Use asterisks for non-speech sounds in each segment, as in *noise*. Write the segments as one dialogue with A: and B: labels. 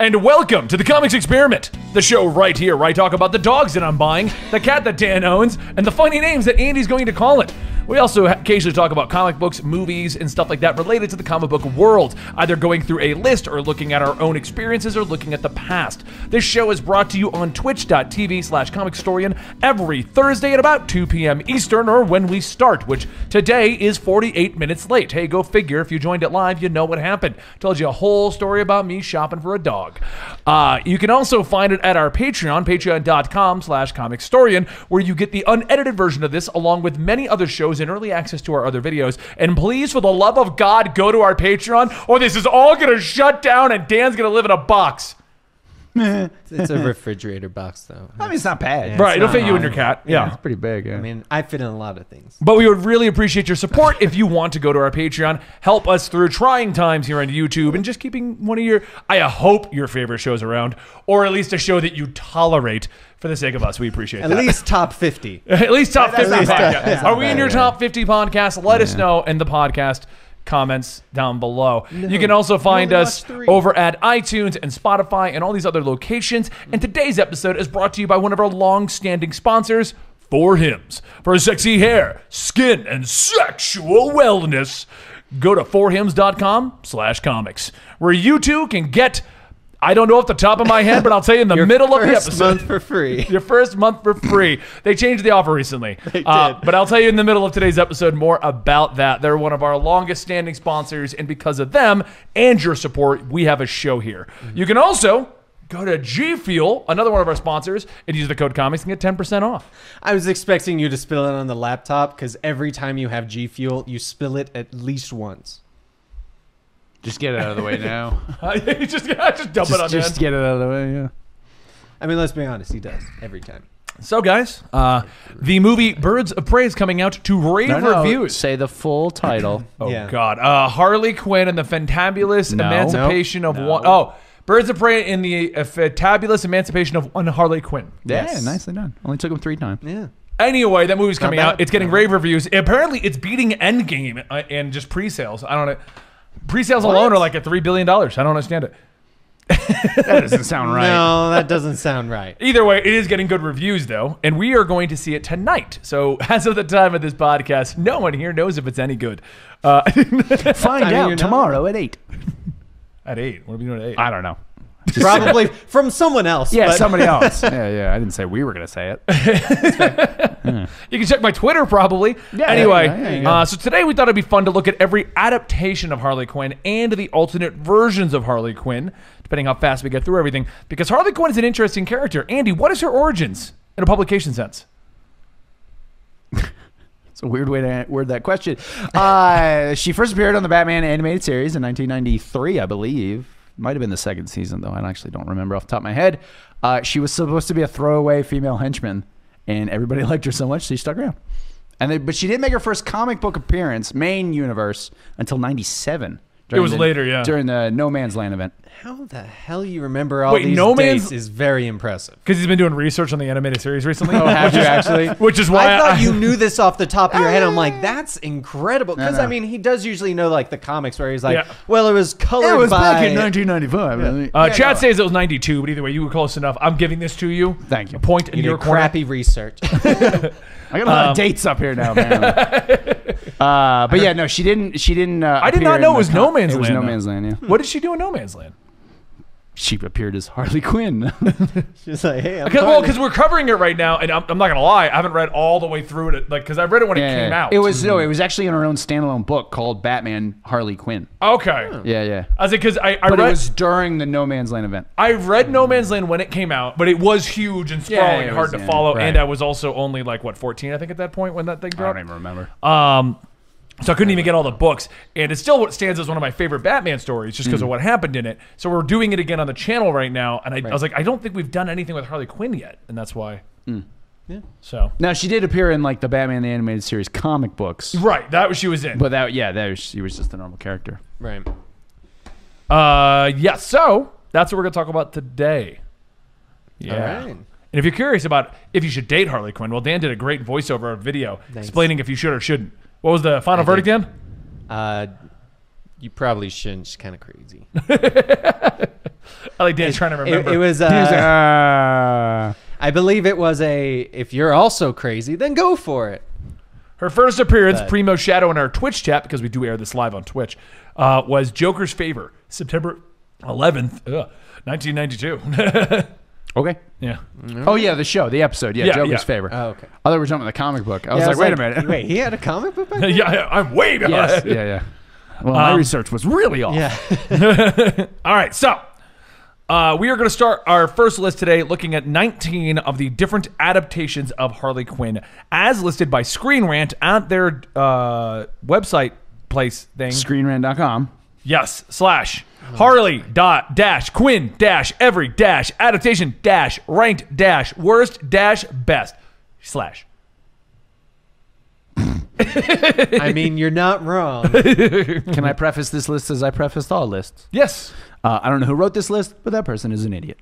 A: and welcome to the Comics Experiment, the show right here where I talk about the dogs that I'm buying, the cat that Dan owns, and the funny names that Andy's going to call it. We also occasionally talk about comic books, movies, and stuff like that related to the comic book world, either going through a list or looking at our own experiences or looking at the past. This show is brought to you on twitch.tv slash comicstorian every Thursday at about 2 p.m. Eastern or when we start, which today is 48 minutes late. Hey, go figure. If you joined it live, you know what happened. Told you a whole story about me shopping for a dog. Uh, you can also find it at our Patreon, patreon.com slash comicstorian, where you get the unedited version of this along with many other shows and early access to our other videos. And please, for the love of God, go to our Patreon or this is all going to shut down and Dan's going to live in a box.
B: It's
C: *laughs*
B: a refrigerator box, though.
C: I mean, it's not bad.
A: right, it'll fit you and your cat. Yeah.
C: It's pretty big. Yeah.
B: I mean, I fit in a lot of things.
A: But we would really appreciate your support if you want to go to our Patreon, help us through trying times here on YouTube, and just keeping one of your, I hope, your favorite shows around, or at least a show that you tolerate for the sake of us. We appreciate
B: At
A: that.
B: least top
C: *laughs*
B: 50.
A: at least top 50
C: not bad.
A: podcast.
C: That's
A: Are
C: not
A: we in
C: bad,
A: your
C: yeah.
A: top 50 podcast? Let us know in the podcast comments down below. You can also find
B: only
A: us
B: watched three.
A: over at iTunes and Spotify and all these other locations. And today's episode is brought to you by one of our long-standing sponsors, For Hims. For sexy hair, skin, and sexual wellness, go to forhims.com slash comics, where you too can get... I don't know off the top of my head, but I'll tell you in the middle of the
B: First
A: episode.
B: month for
C: *laughs*
B: free.
A: Your first month for free. They changed the offer recently. Uh, but I'll tell you in the middle of today's episode more about that. They're one of our longest standing sponsors, and because of them and your support, we have a show here. You can also go to G Fuel, another one of our sponsors, and use the code comics and get 10% off. *laughs*
B: I was expecting you to spill it on the laptop because every time you have G Fuel, you spill it at least once.
C: Just get it out of the way *laughs* now.
A: You just, just dump it on
C: just
A: your
C: just get it out of the way. Yeah.
B: I mean, let's be honest, he does every time.
A: So, guys, uh, the movie Birds of Prey is coming out to rave reviews.
D: Say the full
C: *clears throat*
D: title.
A: Oh
B: Yeah.
A: God! Uh, Harley Quinn and the Fantabulous
D: No.
A: Emancipation of
D: No.
A: One Oh, Birds of Prey in the uh, Fantabulous Emancipation of One Harley Quinn.
B: Yes.
C: Yeah. Nicely done. Only took him three times.
B: Yeah.
A: Anyway, that movie's coming
B: bad.
A: out. It's getting rave reviews. Apparently, it's beating Endgame uh, and just pre-sales. I don't know. Pre-sales alone are like at three billion dollars. I don't understand it.
C: That doesn't sound right.
B: No, that doesn't sound right.
C: *laughs*
A: Either way, it is getting good reviews though, and we are going to see it tonight. So, *laughs* as of the time of this podcast, no one here knows if it's any good. Uh, *laughs*
C: Find
B: I mean,
C: out
B: you're not-
C: tomorrow at eight.
A: at eight, what are we doing at eight?
C: I don't know.
B: Probably from someone else.
C: Yeah,
B: but- *laughs*
C: *laughs* somebody else. yeah, yeah. I didn't say we were gonna say it.
A: You can check my Twitter probably.
C: Yeah,
A: anyway,
C: yeah, yeah, yeah.
A: Uh, so today we thought it'd be fun to look at every adaptation of Harley Quinn and the alternate versions of Harley Quinn, depending how fast we get through everything, because Harley Quinn is an interesting character. Andy, what is her origins in a publication sense?
C: It's a weird way to word that question. Uh, she first appeared on the Batman animated series in 1993, I believe. Might have been the second season, though. I actually don't remember off the top of my head. Uh, she was supposed to be a throwaway female henchman, and everybody *laughs* liked her so much she stuck around. And they, but she did make her first comic book appearance, main universe, until '97. It
A: was later, yeah.
C: During the No Man's
A: *laughs*
C: Land event.
B: How the hell you remember all
A: Wait,
B: these
A: No
B: dates
A: Man's-
B: is very impressive.
A: Because he's been doing research on the animated series recently.
C: Oh, have you actually?
A: Which is why uh,
B: I thought you knew this off the top of your
A: *laughs*
B: head. I'm like, that's incredible. Because,
C: no.
B: I mean, he does usually know, like, the comics where he's like,
A: Yeah.
B: well, it was colored
C: It was
B: by...
C: back in 1995.
A: Uh, Chad says it was 92, but either way, you were close enough. I'm giving this to you.
C: Thank you.
A: A point in
B: You
A: your
B: did
A: corner. *laughs*
B: crappy research. *laughs*
C: I got a lot of dates up here now, man. uh, but yeah, no, she didn't. She didn't. Uh,
A: I did not
C: appear
A: know it
C: in the
A: was No Man's
C: it was
A: Land,
C: No
A: though.
C: Man's Land. Yeah,
A: Hmm. What did she do in No Man's Land?
C: she appeared as
A: *laughs*
C: Harley Quinn.
B: She's like, hey, I'm
A: Cause,
B: part
A: well,
B: of
A: because we're covering it right now, and I'm, I'm not gonna lie, I haven't read all the way through it. Like, because I read it when it came out.
C: It was no. It was actually in her own standalone book called Batman Harley Quinn.
A: okay.
C: Yeah, yeah.
A: I was like, because I, I
C: But
A: read
C: it was during the No Man's Land event.
A: I read No Man's Land when it came out, but it was huge and
C: Yeah,
A: sprawling,
C: it
A: and
C: was,
A: hard to
C: yeah,
A: follow,
C: right.
A: and I was also only like what 14, I think, at that point when that thing
C: I
A: dropped.
C: don't even remember.
A: Um, so I couldn't even get all the books, and it still stands as one of my favorite Batman stories just because
C: Mm.
A: of what happened in it. So we're doing it again on the channel right now, and I, I was like, I don't think we've done anything with Harley Quinn yet, and that's why.
C: Mm.
A: So
C: Now she did appear in like the Batman the animated series comic books,
A: right, that was she was in.
C: but that yeah, that was, she was just a normal character.
B: Right.
A: Uh, yeah. So that's what we're gonna talk about today. Yeah.
B: All right.
A: And if you're curious about if you should date Harley Quinn, well, Dan did a great voiceover video explaining if you should or shouldn't. What was the final verdict, Dan? *laughs*
B: Uh, you probably shouldn't. She's kind of crazy.
A: I like Dan's trying to
B: It,
A: remember.
B: it was,
C: He's like,
B: uh,
C: "Ah."
B: I believe it was a. If you're also crazy, then go for it.
A: Her first appearance, Primo Shadow in our Twitch chat, because we do air this live on Twitch, uh, was Joker's Favor, September 11th, ugh, *laughs* 1992.
C: Uh, okay.
A: yeah.
B: Mm-hmm.
C: Oh yeah, the show, the episode. Yeah,
A: Yeah,
C: Joker's
A: yeah.
C: favor.
B: Oh, okay.
C: I thought we were jumping to the comic book. I was
B: Yeah,
C: like, wait a minute.
B: Wait, he had a comic book. Back
A: *laughs*
B: then?
A: yeah. yeah, I'm way *laughs* behind.
C: yes. Yeah, yeah. Well, my
A: Um,
C: research was really off.
B: Yeah.
A: *laughs* All right, so uh, we are going to start our first list today looking at 19 of the different adaptations of Harley Quinn as listed by Screen Rant at their uh, website place thing.
C: Screenrant.com.
A: Yes, slash Harley dot dash Quinn dash every dash adaptation dash ranked dash worst dash best slash. *laughs*
B: I mean, you're not wrong.
C: Can I preface this list as I prefaced all lists?
A: Yes.
C: Uh, I don't know who wrote this list, but that person is
A: *laughs*
C: an idiot.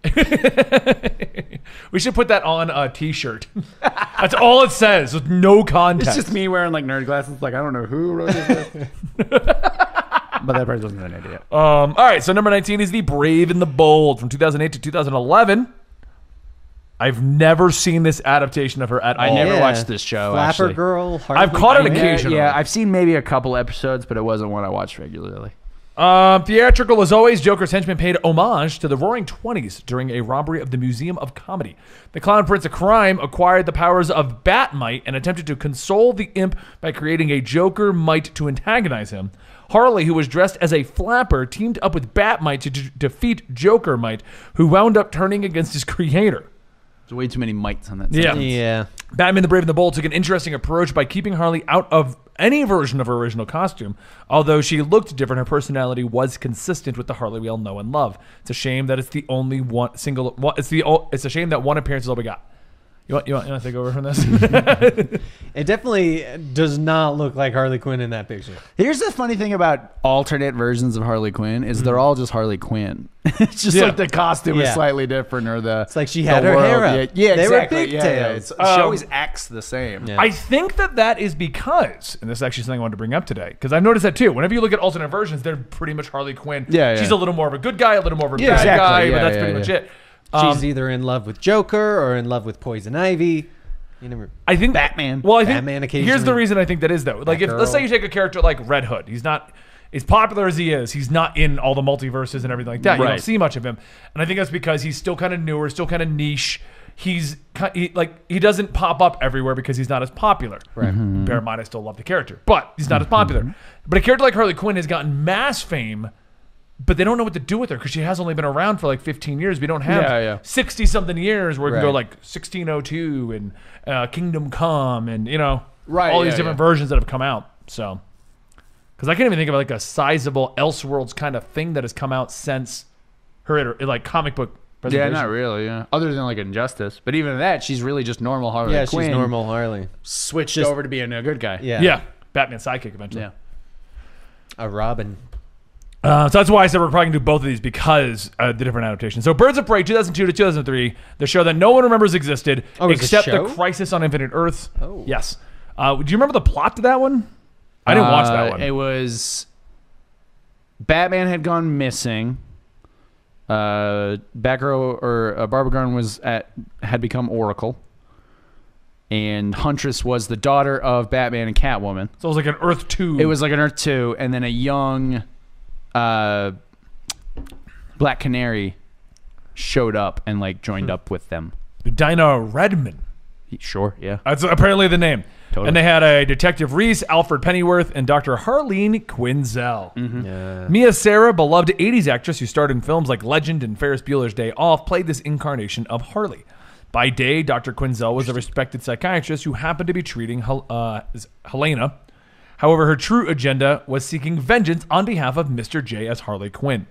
A: We should put that on a t shirt. *laughs* That's all it says with no context.
C: me wearing like nerd glasses. Like I don't know who wrote this list,
A: *laughs*
C: but that person is an idiot.
A: Um, all right, so number 19 is The Brave and the Bold from 2008 to 2011. I've never seen this adaptation of her at all.
C: I never
B: Yeah.
C: watched this show.
B: Flapper
C: actually.
B: Girl.
A: I've caught it *laughs*
B: Harley
A: occasionally.
B: Quinn.
A: Occasional.
C: Yeah, I've seen maybe a couple episodes, but it wasn't one I watched regularly.
A: Um, theatrical as always, Joker's henchmen paid homage to the Roaring Twenties during a robbery of the Museum of Comedy. The clown prince of crime acquired the powers of Batmite and attempted to console the imp by creating a Joker mite to antagonize him. Harley, who was dressed as a flapper, teamed up with Batmite to d- defeat Joker Mite, who wound up turning against his *laughs* creator.
C: There's way too many mites on that.
A: Yeah.
B: Yeah.
A: Batman the Brave and the Bold took an interesting approach by keeping Harley out of any version of her original costume. Although she looked different, her personality was consistent with the Harley we all know and love. It's a shame that it's the only one single. One, it's the. o- It's a shame that one appearance is all we got. You want? You want? You want to take over from
C: *laughs*
A: this?
B: It definitely does not look like Harley Quinn in that picture.
C: Here's the funny thing about alternate versions of Harley Quinn is they're all just Harley Quinn. *laughs* it's just
A: Mm. Yeah.
C: like the costume is
B: Yeah.
C: slightly different or the It's
B: like she had her hair up.
C: Yeah, yeah
B: They were
C: exactly. yeah, yeah.
B: pigtails.
C: It's-
A: Um,
C: she always acts the same.
B: Yeah.
A: I think that that is because, and this is actually something I wanted to bring up today, because I've noticed that too. Whenever you look at alternate versions, they're pretty much Harley Quinn.
C: Yeah, yeah.
A: she's a little more of a good guy, a little more of a
C: Yeah,
A: bad
C: exactly.
A: guy,
C: Yeah,
A: but that's
C: yeah,
A: pretty
C: yeah.
A: much it. Um,
B: She's either in love with Joker or in love with Poison Ivy. You never.
A: I think
C: Batman.
A: Well, I think
B: Batman
A: Here's the
B: occasionally.
A: reason I think that is though. Like, if let's say
B: Batgirl.
A: you take a character like Red Hood, he's not as popular as he is. He's not in all the multiverses and everything like that. You don't
C: Right.
A: see much of him, and I think that's because he's still kind of newer, still kind of niche. He's ki- he, like he doesn't pop up everywhere because he's not as popular. Right. Bear in mind, I still love the character, but he's not as popular. But a character like Harley Quinn has gotten mass fame. But they don't know what to do with her because she has only been around for like 15 years. We don't have
C: Yeah, yeah.
A: 60 something years where we can go
C: Right.
A: like 1602 and uh, Kingdom Come and you know
C: Right,
A: all
C: yeah,
A: these different
C: yeah.
A: versions that have come out. So because I can't even think of like a sizable Elseworlds kind of thing that has come out since her iter- like comic book.
C: Yeah,
A: Presentation.
C: not really. Yeah, other than like Injustice, but even that, she's really just normal Harley
B: Yeah,
C: Quinn.
B: she's normal Harley.
C: Switched over to being a good guy.
B: Yeah.
A: Yeah, Batman sidekick eventually.
C: yeah.
B: A Robin.
A: Uh, so that's why I said we're probably gonna do both of these because uh, the different adaptations. So Birds of Prey, 2002 to 2003, the show that no one remembers existed
B: Oh, it was a
A: except the
B: show?
A: Crisis on Infinite Earths.
B: Oh.
A: yes. Uh, do you remember the plot to that one? I didn't watch
C: Uh,
A: that one.
C: It was Batman had gone missing. Uh, Batgirl or uh, Barbara Gordon was at had become Oracle, and Huntress was the daughter of Batman and Catwoman.
A: So it was like an Earth Two.
C: It was like an Earth Two, and then a young uh, Black Canary showed up and like joined up with them.
A: Dinah Redman.
C: Sure, yeah.
A: That's apparently the name.
C: Totally.
A: And they had a Detective Reese, Alfred Pennyworth, and Dr. Harleen Quinzel.
C: Mm-hmm.
B: Yeah.
A: Mia Sarah, beloved 80s actress who starred in films like Legend and Ferris Bueller's Day Off, played this incarnation of Harley. By day, Dr. Quinzel was a respected psychiatrist who happened to be treating Hel- uh, Helena. However, her true agenda was seeking vengeance on behalf of Mr. J as Harley Quinn.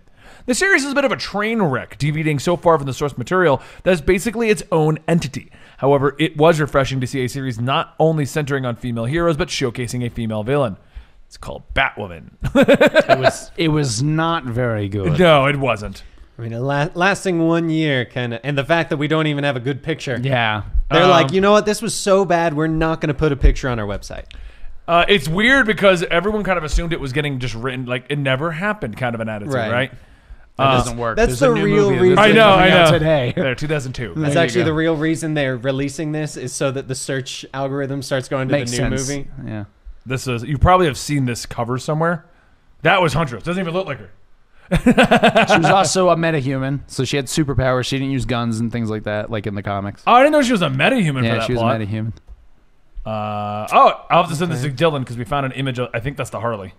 A: The series is a bit of a train wreck, deviating so far from the source material that it's basically its own entity. However, it was refreshing to see a series not only centering on female heroes, but showcasing a female villain. It's called Batwoman. *laughs*
C: It was it was not very good.
A: no, it wasn't.
B: I mean, a la- lasting one year, kind of, and the fact that we don't even have a good picture.
C: Yeah,
B: They're
A: Um,
B: like, you know what? This was so bad, we're not going to put a picture on our website.
A: Uh, it's weird because everyone kind of assumed it was getting just written like it never happened kind of an attitude, right?
B: Right.
C: That doesn't work.
B: that's
C: There's
B: the
C: a new
B: real
C: movie
B: reason-
C: that's
A: I know, I
C: coming out
A: know.
C: Today.
A: There, 2002.
B: That's
C: There you
B: actually
C: go.
B: the real reason they're releasing this is so that the search algorithm starts going to
C: Makes
B: the new
C: sense.
B: movie.
C: *laughs* Yeah.
A: This is you probably have seen this cover somewhere. That was Huntress. Doesn't even look like her.
C: She was also a metahuman, so she had superpowers. She didn't use guns and things like that, like in the comics.
A: Oh, I didn't know she was a metahuman for
C: yeah,
A: that
C: she was
A: plot.
C: a metahuman.
A: uh, oh, I'll have to send this to Dylan because we found an image. Of, I think that's the Harley.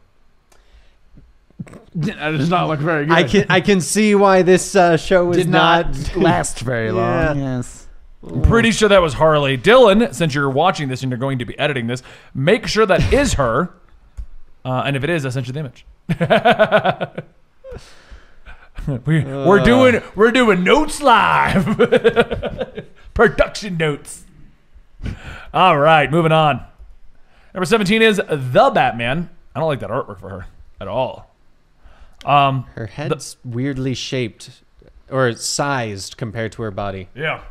C: That does not look very good.
B: I can I can see why this uh, show was
C: Did
B: not.
C: not, *laughs* last very long.
B: Yeah.
C: Yes.
A: I'm pretty sure that was Harley. Dylan, since you're watching this and you're going to be editing this, make sure that is her. Uh, and if it is, I sent you the image. *laughs* we, we're doing we're doing notes live, *laughs* production notes. All right, moving on. Number seventeen is the Batman. I don't like that artwork for her at all. Um,
B: Her head's weirdly shaped or sized compared to her body.
A: Yeah.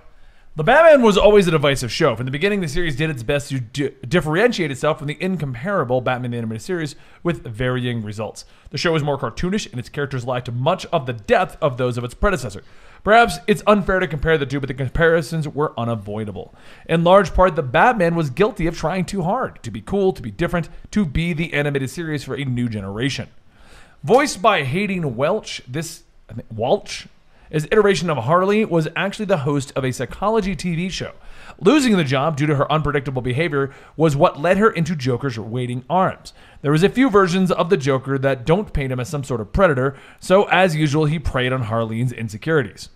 A: The Batman was always a divisive show. From the beginning, the series did its best to di- differentiate itself from the incomparable Batman the Animated Series with varying results. The show was more cartoonish, and its characters lacked much of the depth of those of its predecessor. Perhaps it's unfair to compare the two, but the comparisons were unavoidable. In large part, the Batman was guilty of trying too hard to be cool, to be different, to be the animated series for a new generation. Voiced by Hayden Welch, this I think, Walsh, his iteration of Harley was actually the host of a psychology TV show. Losing the job due to her unpredictable behavior was what led her into Joker's waiting arms. There was a few versions of the Joker that don't paint him as some sort of predator, so as usual he preyed on Harleen's insecurities.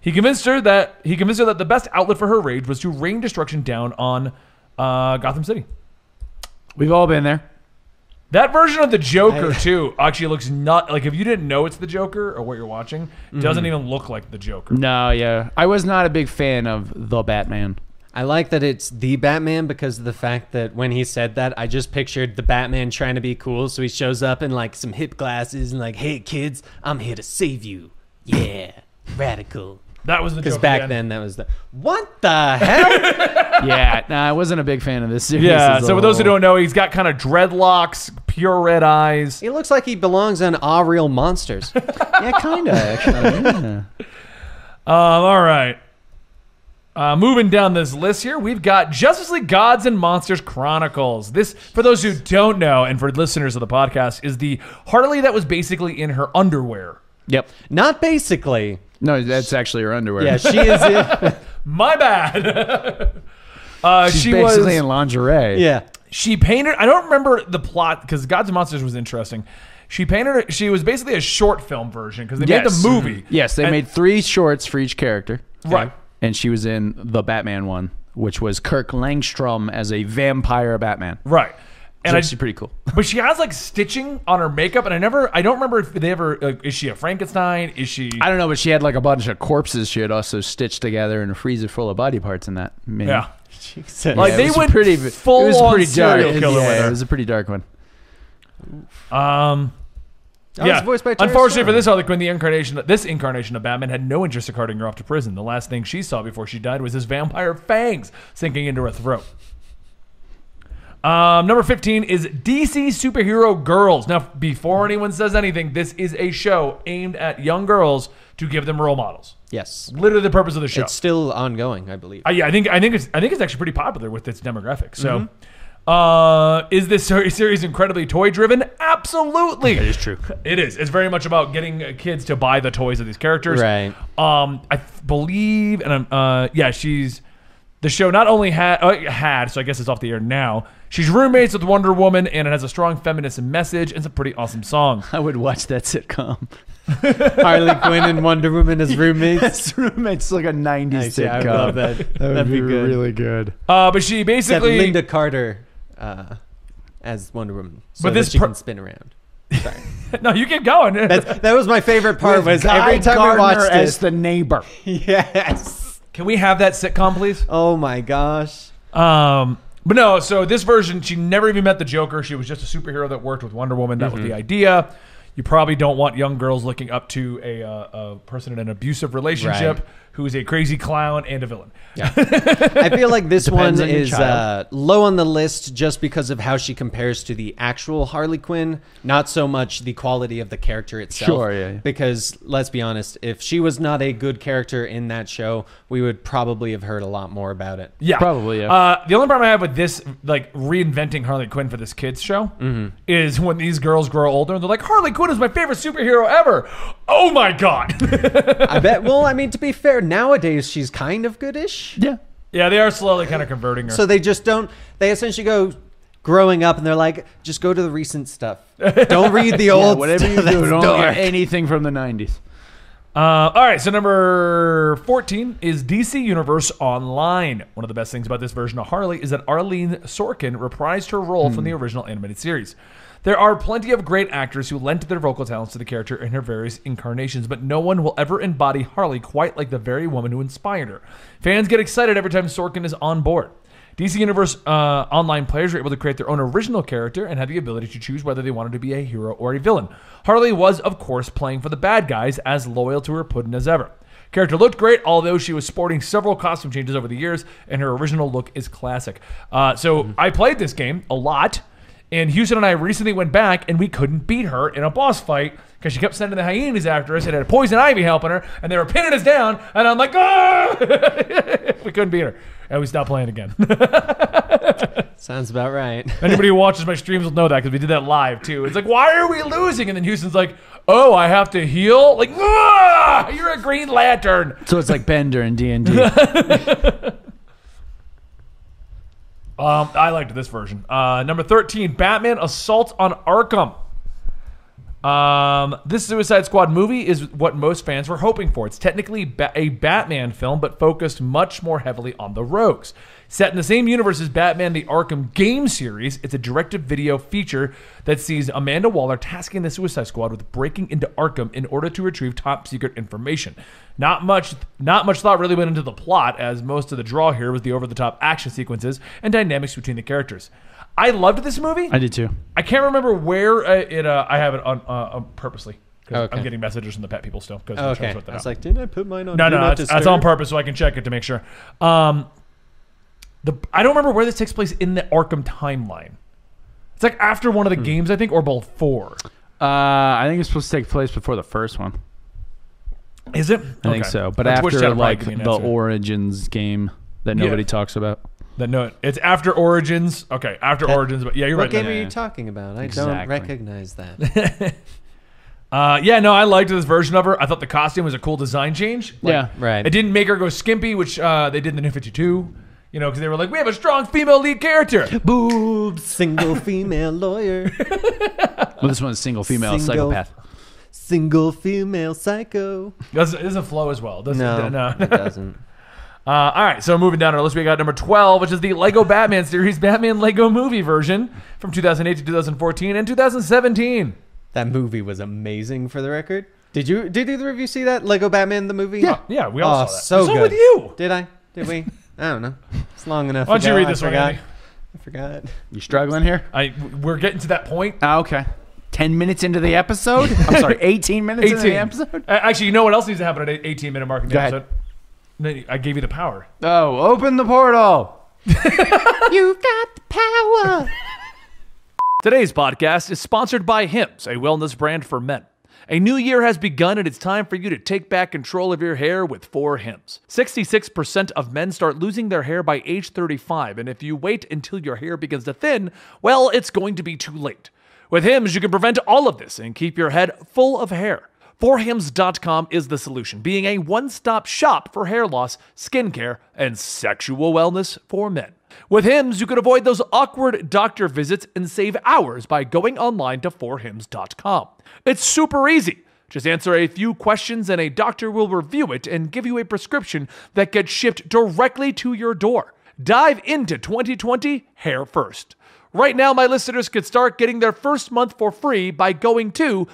A: He convinced her that he convinced her that the best outlet for her rage was to rain destruction down on uh, Gotham City.
C: We've all been there.
A: That version of the Joker too actually looks not like if you didn't know it's the Joker or what you're watching, doesn't
B: Mm-hmm.
A: even look like the Joker.
C: No, yeah. I was not a big fan of the Batman.
B: I like that it's the Batman because of the fact that when he said that, I just pictured the Batman trying to be cool. So he shows up in like some hip glasses and like, "Hey kids, I'm here to save you." Yeah, *laughs* radical.
A: That was the
B: Because
A: Joker
B: back
A: again.
B: then that was the what the hell?
C: yeah, no, I wasn't a big fan of this series.
A: Yeah.
C: as a
A: So for those who
C: whole.
A: don't know, he's got kind of dreadlocks, pure red eyes.
B: he looks like he belongs on Ah Real Monsters. yeah, kinda *laughs* actually.
A: Um. All right. Uh, moving down this list here, we've got Justice League Gods and Monsters Chronicles. This, for those who don't know, and for listeners of the podcast, is the Harley that was basically in her underwear.
C: Yep.
B: Not basically.
C: No, that's actually her underwear.
B: Yeah, she is. In,
A: My bad. *laughs* uh,
C: she's
A: she
C: basically
A: was
C: in
B: *laughs*
C: lingerie.
B: yeah.
A: she painted i don't remember the plot because gods and monsters was interesting she painted she was basically a short film version because they made
C: Yes. Mm-hmm.
A: the movie
C: Yes, they
A: And-
C: made three shorts for each character.
A: right
C: And she was in the Batman one, which was Kirk Langstrom as a vampire Batman.
A: right and I,
C: Which is pretty cool.
A: but she has like stitching on her makeup and i never i don't remember if they ever like, is she a frankenstein is she
C: I don't know, but she had like a bunch of corpses she had also stitched together in a freezer full of body parts in that. Maybe.
A: yeah
B: Jesus.
A: Like,
C: it
A: they
C: was
A: went
C: pretty,
A: full
C: it was
A: on
C: pretty dark.
A: serial killer with
C: yeah,
A: her.
C: it was a pretty dark one.
A: um
B: That
A: yeah.
B: was voiced by Tara
A: Unfortunately for
B: Strong.
A: this Harley Quinn, the incarnation, this incarnation of Batman had no interest in carting her off to prison. The last thing she saw before she died was his vampire fangs sinking into her throat. Um, number 15 is DC Superhero Girls. Now, before anyone says anything, this is a show aimed at young girls to give them role models.
B: Yes.
A: Literally the purpose of the show.
B: It's still ongoing, I believe.
A: Uh, yeah, I think I think it's I think it's actually pretty popular with its demographic. So,
B: Mm-hmm.
A: uh, is this ser- series incredibly toy driven? Absolutely, it is true. It is. It's very much about getting uh, kids to buy the toys of these characters.
B: Right.
A: Um, I th- believe, and I'm uh, yeah, she's the show not only had uh, had, so I guess it's off the air now. She's roommates with Wonder Woman, and it has a strong feminist message and some pretty awesome songs.
C: I would watch that sitcom.
B: Harley Quinn and Wonder Woman *laughs* as roommates.
C: That's *laughs* roommates like a 90s
B: Nice, yeah, I
C: sitcom.
B: would love that.
C: would
B: That'd be good.
C: really good.
A: Uh, but she
B: Except
A: basically
B: Linda Carter uh, as Wonder Woman, so
A: But
B: that
A: this
B: she
A: per-
B: can spin around.
A: *laughs* no, you keep going.
B: That's, that was my favorite part. was every time
C: Gardner
B: we watched
C: as
B: it.
C: the neighbor.
B: *laughs* yes.
A: *laughs* Can we have that sitcom, please?
B: Oh my gosh.
A: Um, but no, so this version, she never even met the Joker. She was just a superhero that worked with Wonder Woman. That
C: Mm-hmm.
A: was the idea. You probably don't want young girls looking up to a, uh, a person in an abusive relationship
B: Right.
A: who is a crazy clown and a villain.
B: *laughs* I feel like this
C: Depends
B: one
C: on your
B: is uh,
C: child.
B: low on the list just because of how she compares to the actual Harley Quinn, not so much the quality of the character itself.
C: Sure, yeah, yeah.
B: Because let's be honest, if she was not a good character in that show, we would probably have heard a lot more about
C: *laughs*
B: it.
A: Yeah,
C: Probably, yeah.
A: Uh, the only problem I have with this, like reinventing Harley Quinn for this kids show,
C: Mm-hmm.
A: is when these girls grow older and they're like, "Harley Quinn is my favorite superhero ever." Oh my god! *laughs*
B: I bet. Well, I mean, to be fair, nowadays she's kind of goodish.
C: Yeah.
A: yeah, they are slowly kind of converting her.
B: So they just don't. They essentially go growing up, and they're like, just go to the recent stuff. Don't
C: *laughs*
B: read the old.
C: whatever you
B: stuff that's
C: do, don't
B: dark.
C: get anything from the 90s.
A: Uh, all right, so number 14 is DC Universe Online. One of the best things about this version of Harley is that Arlene Sorkin reprised her role from the original animated series. There are plenty of great actors who lent their vocal talents to the character in her various incarnations, but no one will ever embody Harley quite like the very woman who inspired her. Fans get excited every time Sorkin is on board. DC Universe uh, online players were able to create their own original character and had the ability to choose whether they wanted to be a hero or a villain. Harley was, of course, playing for the bad guys, as loyal to her puddin' as ever. Character looked great, although she was sporting several costume changes over the years, and her original look is classic. Uh, so I played this game a lot, and Houston and I recently went back, and we couldn't beat her in a boss fight because she kept sending the hyenas after us and had poison ivy helping her, and they were pinning us down, and I'm like, ah! *laughs* we couldn't beat her, and we stopped playing again. *laughs*
B: Sounds about right.
A: Anybody who watches my streams will know that because we did that live too. It's like, why are we losing? And then Houston's like, oh, I have to heal. Like, "Ah, you're a Green Lantern.
C: So it's like Bender and D&D. *laughs*
A: Um, I liked this version. Uh, number thirteen, Batman Assault on Arkham. Um, this Suicide Squad movie is what most fans were hoping for. It's technically ba- a Batman film, but focused much more heavily on the rogues. Set in the same universe as Batman the Arkham game series, it's a direct-to-video feature that sees Amanda Waller tasking the Suicide Squad with breaking into Arkham in order to retrieve top-secret information. Not much, not much thought really went into the plot, as most of the draw here was the over-the-top action sequences and dynamics between the characters. I loved this movie.
C: I did too.
A: I can't remember where uh, it. Uh, I have it on uh, uh, purposely. 'cause
B: Okay.
A: I'm getting messages from the pet people still. 'cause I'm trying
B: Okay.
A: to sort that
B: I was
A: out.
B: like, didn't I put mine on?
A: no,
B: Do
A: no,
B: Not
A: that's, that's on
B: Disturb?
A: purpose, so I can check it to make sure. Um, the I don't remember where this takes place in the Arkham timeline. It's like after one of the
C: Hmm.
A: games, I think, or before.
C: Uh, I think it's supposed to take place before the first one.
A: Is it?
C: I think so. But after like the Origins game that
A: Yeah.
C: nobody talks about.
A: no, it's after Origins. Okay, after Origins, but yeah, you're
B: What
A: right.
B: game
A: no.
B: are
C: yeah.
B: you talking about? I
C: Exactly.
B: don't recognize
A: *laughs*
B: that.
A: Uh, yeah, no, I liked this version of her. I thought the costume was a cool design change. Like,
C: Yeah.
B: Right.
A: It didn't make her go skimpy, which uh, they did in the New 52. You know, because they were like, we have a strong female lead character.
B: Boobs, single
A: *laughs*
B: female lawyer,
C: Well, this one's single female
B: Single.
C: psychopath.
B: single female psycho.
A: doesn't, doesn't flow as well. Doesn't,
B: No,
A: no. *laughs*
B: it doesn't.
A: Uh, all right, so moving down our list, we got number 12, which is the Lego Batman *laughs* series, Batman Lego movie version from 2008 to 2014 and 2017.
B: That movie was amazing. For the record, did you? Did either of you see that Lego Batman the movie?
C: Yeah.
A: Yeah, we all
B: oh,
A: saw that.
B: so
A: What's
B: good.
A: wrong with you?
B: Did I? Did we? I don't know. It's long enough.
A: Why don't you
B: ago.
A: read
B: I
A: this one,
B: forgot.
A: Andy?
B: I forgot.
C: You struggling here?
A: I, we're getting to that point.
C: Ah, okay. 10 minutes into the episode? *laughs* I'm sorry, 18 minutes into the
A: 18.
C: episode?
A: A- Actually, you know what else needs to happen at the 18 minute mark in the
C: Go ahead.
A: episode? No, I gave you the power.
C: Oh, open
B: *laughs*
C: the portal.
B: You've got the power.
A: Today's podcast is sponsored by Hims, a wellness brand for men. A new year has begun, and it's time for you to take back control of your hair with 4 Hims. 66% of men start losing their hair by age 35, and if you wait until your hair begins to thin, well, it's going to be too late. With Hims, you can prevent all of this and keep your head full of hair. 4hims.com is the solution, being a one stop shop for hair loss, skincare, and sexual wellness for men. With Hims, you can avoid those awkward doctor visits and save hours by going online to 4hims.com. It's super easy. Just answer a few questions and a doctor will review it and give you a prescription that gets shipped directly to your door. Dive into 2020 hair first. Right now, my listeners could start getting their first month for free by going to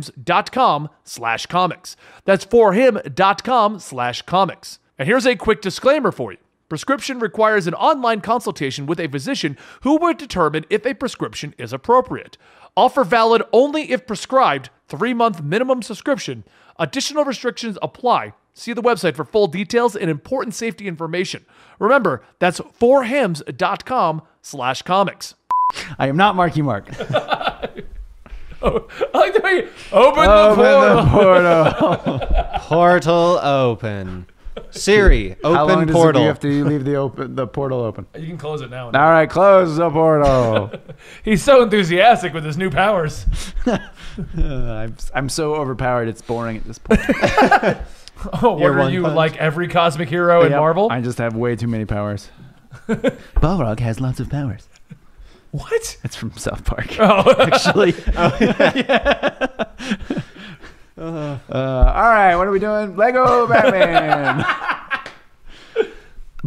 A: forhims.com slash comics. That's forhim.com slash comics. And here's a quick disclaimer for you. Prescription requires an online consultation with a physician who would determine if a prescription is appropriate. Offer valid only if prescribed, three month minimum subscription. Additional restrictions apply. See the website for full details and important safety information. Remember, that's forhims.com slash comics.
C: I am not Marky Mark.
A: Oh, I like the way you open, the
C: *laughs* Open
A: portal.
C: the portal.
B: Portal open. Siri, open
C: How long does
B: portal.
C: it be after you leave the open the portal open?
A: *laughs* You can close it now.
C: All right, close the portal. *laughs*
A: He's so enthusiastic with his new powers. *laughs*
C: I'm, I'm so overpowered. It's boring at this point.
A: Oh, what
B: Your
A: are
B: one
A: you
B: punch.
A: like every cosmic hero in
C: Yep,
A: Marvel?
C: I just have way too many powers. *laughs* Balrog has lots of powers.
A: what?
C: It's from South *laughs* Park.
A: Oh,
C: actually. *laughs* Uh, all right, what are we doing? *laughs* Lego Batman.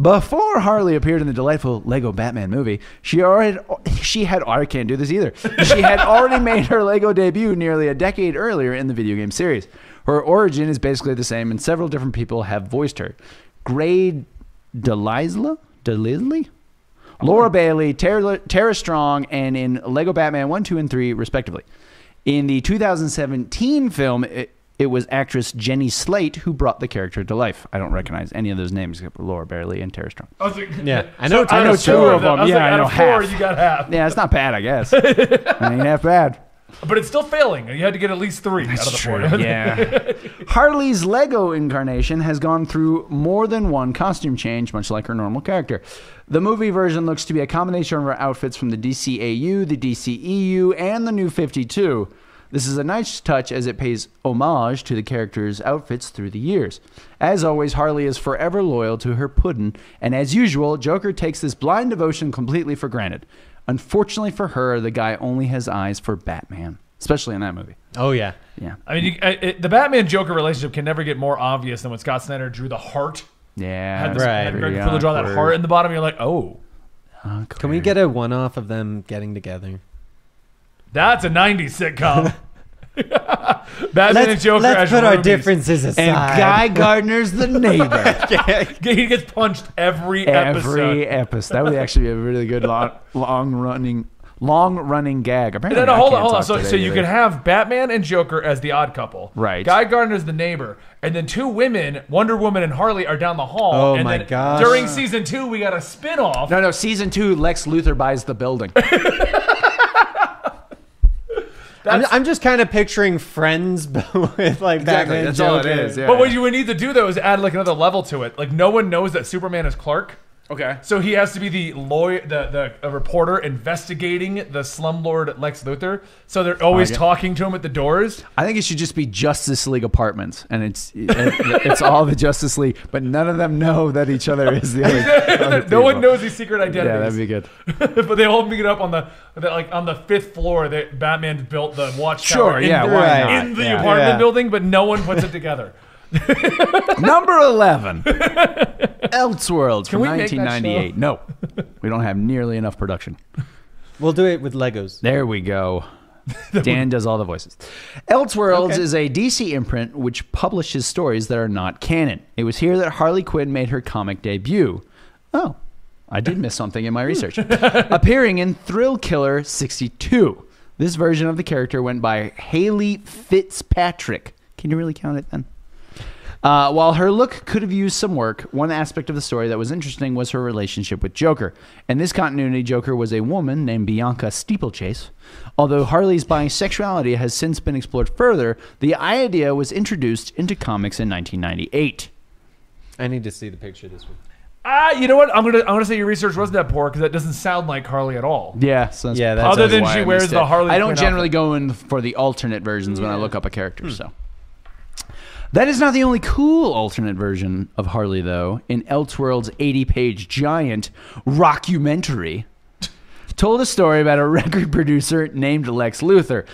C: Before Harley appeared in the delightful Lego Batman movie, she already she had oh, I can't do this either. She had already made her Lego debut nearly a decade earlier in the video game series. Her origin is basically the same, and several different people have voiced her. Gray Delisla, Delisley, Laura Bailey, Tara, Tara Strong, and in Lego Batman 1, 2, and 3, respectively. In the 2017 film, it, it was actress Jenny Slate who brought the character to life. I don't recognize any of those names except for Laura Bailey and Tara Strong.
A: I was like, *laughs*
B: Yeah, I know-
A: out
B: *laughs* I know two
A: four
C: of them.
A: I was
C: Yeah,
A: like,
C: I
A: out
C: know
A: of four,
C: half.
A: you got half,
C: Yeah, it's not bad, I guess. *laughs* I ain't half bad.
A: but it's still failing. You had to get at least three out of the *laughs* four.
C: Yeah. Harley's Lego incarnation has gone through more than one costume change, much like her normal character. The movie version looks to be a combination of her outfits from the DCAU, the DCEU, and the New 52. This is a nice touch as it pays homage to the character's outfits through the years. As always, Harley is forever loyal to her puddin', and as usual, Joker takes this blind devotion completely for granted. Unfortunately for her, the guy only has eyes for Batman, especially in that movie.
B: Oh yeah.
C: Yeah.
A: I mean, you, I, it, the Batman Joker relationship can never get more obvious than when Scott Snyder drew the heart.
C: Yeah.
A: Had, this,
B: Right.
A: had Greg
C: Pretty
A: Capullo draw that
C: awkward.
A: heart in the bottom. You're like, oh,
B: Can we get a one-off of them getting together?
A: that's a '90s sitcom. Batman and Joker. as
B: let's put our
A: roomies.
B: differences aside.
C: And Guy
A: *laughs*
C: Gardner's the neighbor.
A: He gets punched every, episode.
C: *laughs* Every episode. That would actually be a really good long, long running, long running gag. Apparently,
A: No, no,
C: I
A: uh, hold on,
C: can't
A: hold on.
C: talk
A: So,
C: today
A: so you
C: either.
A: can have Batman and Joker as the odd couple,
C: Right.
A: Guy Gardner's the neighbor, and then two women, Wonder Woman and Harley, are down the hall.
B: Oh
A: and
B: my
A: then
B: gosh.
A: During season two, we got a spinoff.
C: No, no. Season two, Lex Luthor buys the
A: *laughs*
C: building.
B: I'm, I'm just kind of picturing Friends, *laughs* but with like Batman. Joker.
A: But what you would need to do though is add like another level to it. Like no one knows that Superman is Clark.
C: Okay.
A: So he has to be the lawyer, the the a reporter investigating the slumlord Lex Luthor. So they're always
C: Okay.
A: talking to him at the doors.
C: I think it should just be Justice League apartments, and it's it's all the Justice League, but none of them know that each other
A: *laughs*
C: is the other. other
A: no one
C: people.
A: knows his secret identities.
C: Yeah, that'd be
A: *laughs*
C: good.
A: but they all meet up on the, the like on the fifth floor that Batman built the watchtower.
C: Sure.
A: in
C: Yeah.
A: the-
C: Why
B: Right.
C: not?
A: in the
C: Yeah.
A: apartment
B: Yeah.
A: building, but no one puts it together.
C: Number
A: *laughs*
C: 11. Elseworlds from
A: we make that
C: 1998.
A: show?
C: No. We don't have nearly enough production.
B: We'll do it with Legos.
C: There we go.
A: *laughs*
C: Dan does all the voices. Elseworlds
B: Okay.
C: is a DC imprint which publishes stories that are not canon. It was here that Harley Quinn made her comic debut. Oh, I did miss something in
A: *laughs*
C: my research. Appearing in Thrill Killer 62. This version of the character went by Haley Fitzpatrick. Can you really count it then? Uh, while her look could have used some work, one aspect of the story that was interesting was her relationship with Joker. In this continuity, Joker was a woman named Bianca Steeplechase. Although Harley's bisexuality has since been explored further, the idea was introduced into comics in 1998.
B: I need to see the picture this week.
A: Ah, you know what? I'm gonna I'm gonna say your research wasn't that poor because that doesn't sound like Harley at all.
C: Yeah, so
B: Yeah, that's
A: Other
B: that's
A: than
B: why
A: she
B: I
A: wears
B: missed
A: the
B: it.
A: Harley.
C: I don't
A: Quinn
C: generally go in for the alternate versions when I look up a character,
B: Hmm.
C: so. That is not the only cool alternate version of Harley, though. In Elseworld's 80 page giant rockumentary, told a story about a *laughs* record producer named Lex Luthor.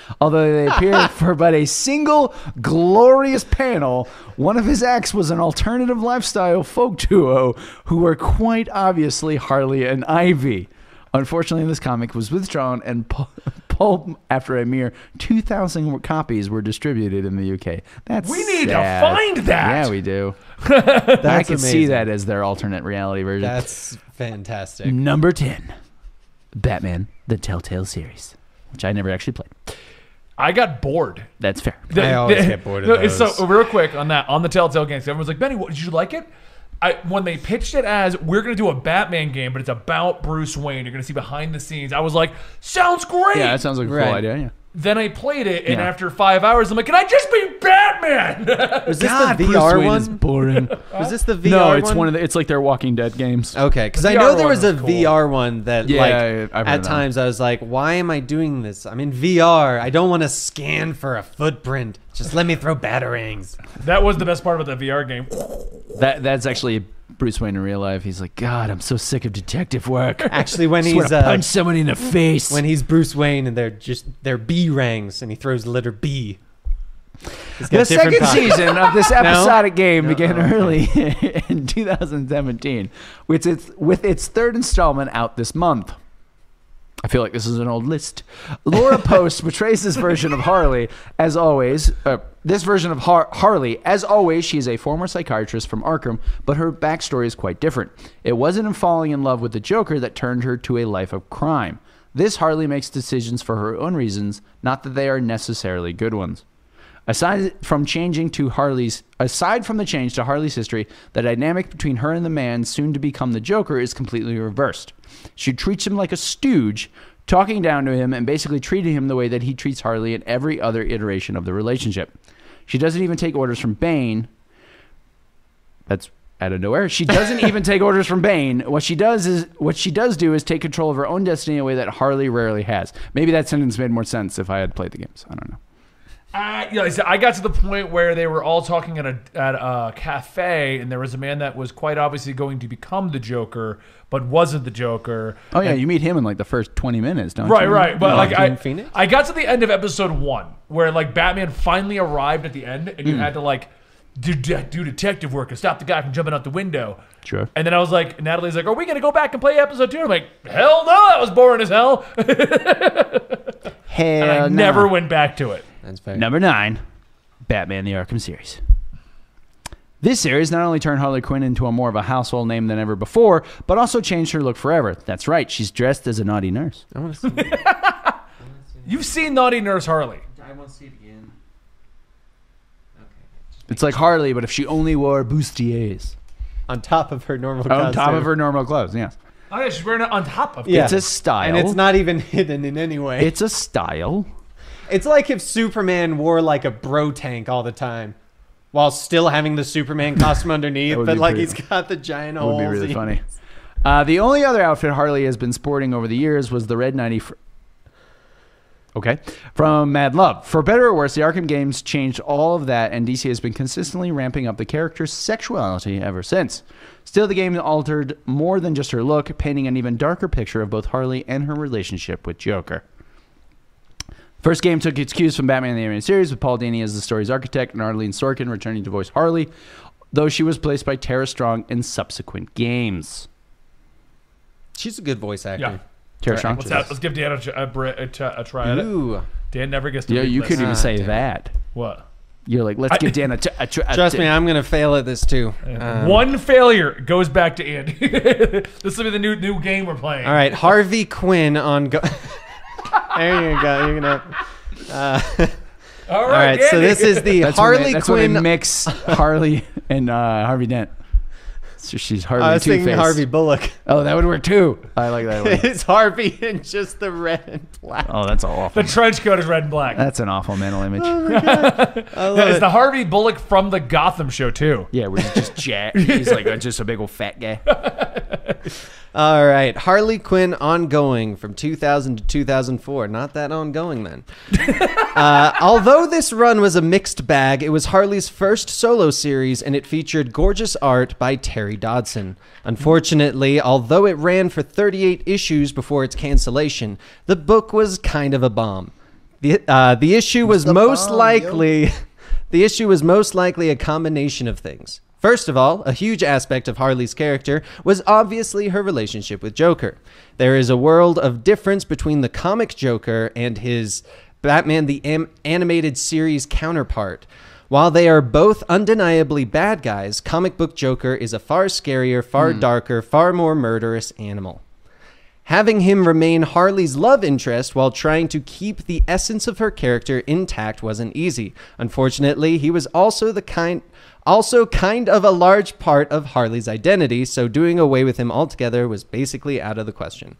A: *laughs*
C: Although they appeared for but a single glorious panel, one of his acts was an alternative lifestyle folk duo who were quite obviously Harley and Ivy. Unfortunately, this comic was withdrawn and *laughs* pu- pulp after a mere 2,000 copies were distributed in the UK. That's
A: We need to
C: sad.
A: find that.
C: Yeah,
A: *laughs*
C: we do.
B: That's
C: I can see
B: amazing.
C: that as their alternate reality version.
B: That's fantastic.
C: Number 10, Batman, the Telltale series, which I never actually played.
A: I got bored.
C: That's fair.
A: The-
B: always
A: the-
B: get bored of
A: no, *laughs* it's
B: those.
A: So real quick on that, on the Telltale Games, everyone's like, Benny, what, did you like it? I, when they pitched it as we're gonna do a Batman game, but it's about Bruce Wayne, you're gonna see behind the scenes. I was like, sounds great.
C: Yeah, that sounds like a
B: Right.
C: cool idea. Yeah.
A: then I played it, and
C: Yeah.
A: after five hours, I'm like, can I just be Batman? *laughs*
B: Was this the
C: Bruce
B: VR
C: Wayne
B: one? *laughs*
C: is boring.
B: Was this the VR
C: no, it's one? of the. It's like their Walking Dead games.
B: Okay, because I
A: VR
B: know there
A: one
B: was a
A: was cool.
B: VR one that,
C: Yeah,
B: like,
C: I- I've heard
B: at
C: of that.
B: times I was like, "Why am I doing this? I'm in VR. I don't want to scan for a footprint. Just let me throw batarangs."
A: that was the best part about that VR game.
C: That that's actually Bruce Wayne in real life. He's like, God, I'm so sick of detective
B: *laughs*
C: work. I
B: Actually,
C: *laughs*
B: when
C: just want
B: he's
C: to
B: uh,
C: punch somebody in the face.
B: when he's Bruce Wayne and they're just they're B rangs and he throws the letter B. He's got
C: the
B: different
C: second
B: powers.
C: season
B: *laughs*
C: of this episodic game began early *laughs* in 2017, with its with its third installment out this month. I feel like this is an old list.
B: *laughs*
C: Laura Post portrays this version of Harley, as always. Uh, this version of Har- Harley, as always, she is a former psychiatrist from Arkham, but her backstory is quite different. It wasn't in falling in love with the Joker that turned her to a life of crime. This Harley makes decisions for her own reasons, not that they are necessarily good ones. Aside from changing to Harley's, aside from the change to Harley's history, the dynamic between her and the man soon to become the Joker is completely reversed. She treats him like a stooge, talking down to him and basically treating him the way that he treats Harley in every other iteration of the relationship. She doesn't even take orders from Bane, that's out of nowhere. She doesn't even take orders from Bane. What she does is what she does do is take control of her own destiny in a way that Harley rarely has. Maybe that sentence made more sense if I had played the games. I don't know.
A: I, you know, I said- I got to the point where they were all talking at a at a cafe, and there was a man that was quite obviously going to become the Joker, but wasn't the Joker.
C: Oh yeah, you meet him in like the first twenty minutes, don't
A: Right,
C: you?
A: right. But like I,
B: Joaquin Phoenix?
A: I got to the end of episode one where like Batman finally arrived at the end, and
B: Mm.
A: you had to like do, de- do detective work and stop the guy from jumping out the window.
C: Sure.
A: And then I was like, Natalie's like, "Are we gonna go back and play episode two? I'm like, "Hell no, that was boring as hell." and
C: Hell
B: Uh,
A: I
C: no.
A: never went back to it.
B: That's fair.
C: Number nine, Batman the Arkham series. This series not only turned Harley Quinn into a more of a household name than ever before, but also changed her look forever. That's right, she's dressed as a naughty nurse.
B: I want to see. *laughs*
A: You've seen Naughty Nurse Harley.
B: I want to see it again.
C: It's like Harley, but if she only wore bustiers
B: On top of her normal.
C: on top
B: costume.
C: of her normal clothes. Yes,
A: Oh yeah, she's wearing it on top of.
B: Yeah.
C: it's a style,
B: And it's not even *laughs* hidden in any way.
C: It's a style.
B: It's like if Superman wore like a bro tank all the time, while still having the
C: *laughs*
B: Superman costume underneath,
C: That would
B: but
C: be
B: like
C: pretty-
B: he's got the giant
C: That
B: holes.
C: would be
B: *laughs*
C: really
B: He-
C: funny. *laughs* Uh, the only other outfit Harley has been sporting over the years was the red ninety. Fr- okay, from Mad Love. For better or worse, the Arkham games changed all of that, and DC has been consistently ramping up the character's sexuality ever since. Still, the game altered more than just her look, painting an even darker picture of both Harley and her relationship with Joker. First game took its cues from Batman the Animated Series, with Paul Dini as the story's architect and Arlene Sorkin returning to voice Harley, though she was placed by Tara Strong in subsequent games.
B: She's a good voice
A: Yeah.
B: actor.
C: Tara Strong.
A: What's that? Let's give Dan a, ch- a, br- a, ch- a try at it.
B: Ooh.
A: Dan never gets to
C: Yeah,
A: read
C: you
A: this.
C: could
B: Ah,
C: even say
B: damn.
C: that.
A: What?
C: You're like, let's
A: I-
C: give Dan a. T- a, tr- a
B: Trust
C: t-
B: me, I'm gonna fail at this too. Um,
A: One failure goes back to Andy. *laughs* this will be the new new game we're playing.
B: All right, Harvey Quinn on. Go- *laughs* there you go. You're gonna.
A: All
B: All right, so
A: Andy.
B: this is the
C: That's when they-
B: Harley
C: that's when
B: Quinn.
C: they mix Harley *laughs* and uh, Harvey Dent. So she's Harley
B: I was
C: Two
B: thinking
C: Face.
B: Harvey Bullock.
C: Oh, that would work too. I like that one.
B: *laughs* it's Harvey in just the red and
C: *laughs*
B: black.
C: oh, that's
A: the *laughs*
C: awful.
A: trench coat is red and black.
C: That's an awful mental image.
B: I love
A: That is
B: it.
A: the Harvey Bullock from the Gotham show too.
C: Yeah, where he's just *laughs* jacked. He's like uh, just a big old fat guy.
B: All right, Harley Quinn ongoing from 2000 to 2004. Not that ongoing *laughs* then. uh, although this run was a mixed bag, it was Harley's first solo series and it featured gorgeous art by Terry Dodson. Unfortunately, although it ran for 38 issues before its cancellation, the book was kind of a bomb. The, uh, the issue was most likely *laughs* the issue was most likely a combination of things. First of all, a huge aspect of Harley's character was obviously her relationship with Joker. There is a world of difference between the comic Joker and his Batman the Am- animated series counterpart. While they are both undeniably bad guys, comic book Joker is a far scarier, far darker, far more murderous animal. having him remain Harley's love interest while trying to keep the essence of her character intact wasn't easy. Unfortunately, he was also the kind also kind of a large part of Harley's identity, so doing away with him altogether was basically out of the question.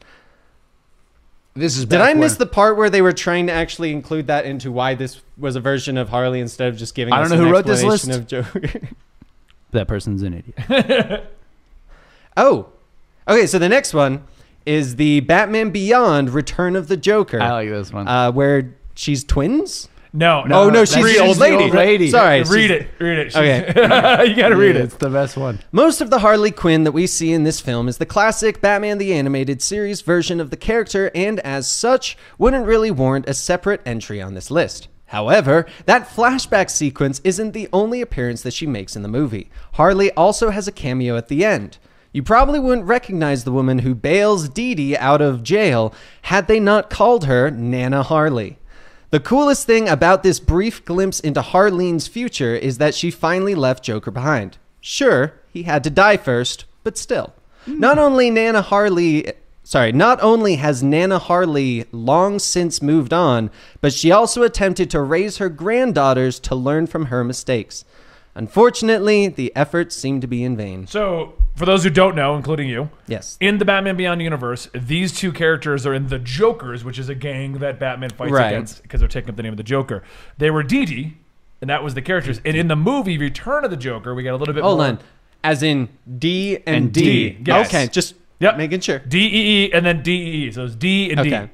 D: This is
B: Did
D: back
B: I miss
D: when-
B: the part where they were trying to actually include that into why this was a version of Harley instead of just giving
C: I don't
B: us
C: know
B: an
C: who wrote this
B: explanation of Joker? *laughs*
C: That person's an idiot. *laughs*
B: Oh, okay. So the next one is the Batman Beyond: Return of the Joker,
C: I like this one.
B: uh, where she's twins.
A: No, no.
B: oh
A: Uh,
B: no,
A: that's-
B: she's
A: read
B: the
A: it.
B: old lady.
C: old lady.
B: Sorry, she's-
A: Read it. Read it.
B: Okay.
A: *laughs* you gotta read
C: It's
A: it.
C: the best one.
B: Most of the Harley Quinn that we see in this film is the classic Batman the Animated Series version of the character, and as such, wouldn't really warrant a separate entry on this list. However, that flashback sequence isn't the only appearance that she makes in the movie. Harley also has a cameo at the end. You probably wouldn't recognize the woman who bails Dee Dee out of jail had they not called her Nana Harley. The coolest thing about this brief glimpse into Harleen's future is that she finally left Joker behind. Sure, he had to die first, but still. Not only Nana Harley, sorry, not only has Nana Harley long since moved on, but she also attempted to raise her granddaughters to learn from her mistakes. Unfortunately, the efforts seemed to be in vain.
A: So, for those who don't know, including you,
B: Yes.
A: in the Batman Beyond universe, these two characters are in the Jokers, which is a gang that Batman fights
B: Right.
A: against because they're taking up the name of the Joker. They were Dee Dee, and that was the characters. And in the movie Return of the Joker, we got a little bit
B: Hold
A: more
B: on. As in D and,
C: And
B: D.
A: D, yes.
B: Okay, just
A: Yep.
B: making sure.
A: D E E and then D E E. So it's D and
B: Okay.
A: D.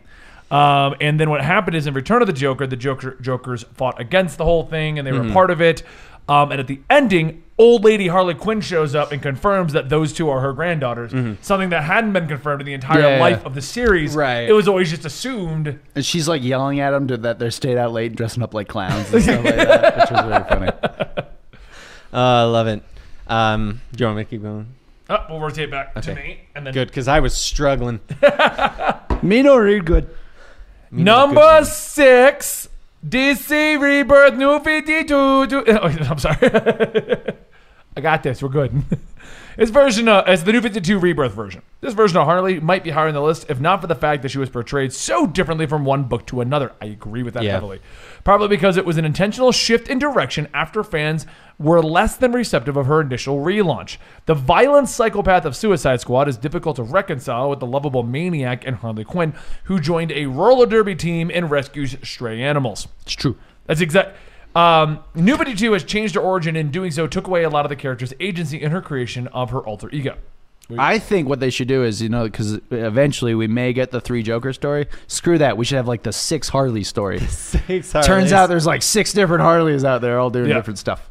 A: Um, and then what happened is in Return of the Joker, the Joker Jokers fought against the whole thing, and they
B: Mm-hmm.
A: were a part of it. Um, and at the ending, old lady Harley Quinn shows up and confirms that those two are her granddaughters.
B: Mm-hmm.
A: Something that hadn't been confirmed in the entire
C: Yeah, yeah,
A: life
C: yeah.
A: of the series.
B: Right.
A: It was always just assumed.
C: And she's like yelling at him to, that they're stayed out late dressing up like clowns and stuff like that, which was very funny.
B: *laughs* Uh, I love it. Um, do you want me to keep going?
A: Oh, we'll rotate back to
B: Okay.
A: me, and then
B: Good, because I was *laughs* struggling.
C: *laughs* Me no real good.
A: number six. DC Rebirth New 52. *laughs* Oh, I'm sorry. I got this. We're good. *laughs* It's version of, it's the new 52 rebirth version. This version of Harley might be higher on the list if not for the fact that she was portrayed so differently from one book to another. I agree with that
B: Yeah.
A: heavily. Probably because it was an intentional shift in direction after fans were less than receptive of her initial relaunch. The violent psychopath of Suicide Squad is difficult to reconcile with the lovable maniac in Harley Quinn who joined a roller derby team and rescues stray animals.
C: It's true.
A: That's exact. Um, New 52 has changed her origin, and doing so took away a lot of the character's agency in her creation of her alter ego.
C: I think what they should do is, you know, because eventually we may get the three Joker story. Screw that. We should have like the six Harley story. Turns out there's like six different Harleys out there all doing
A: Yeah.
C: different stuff.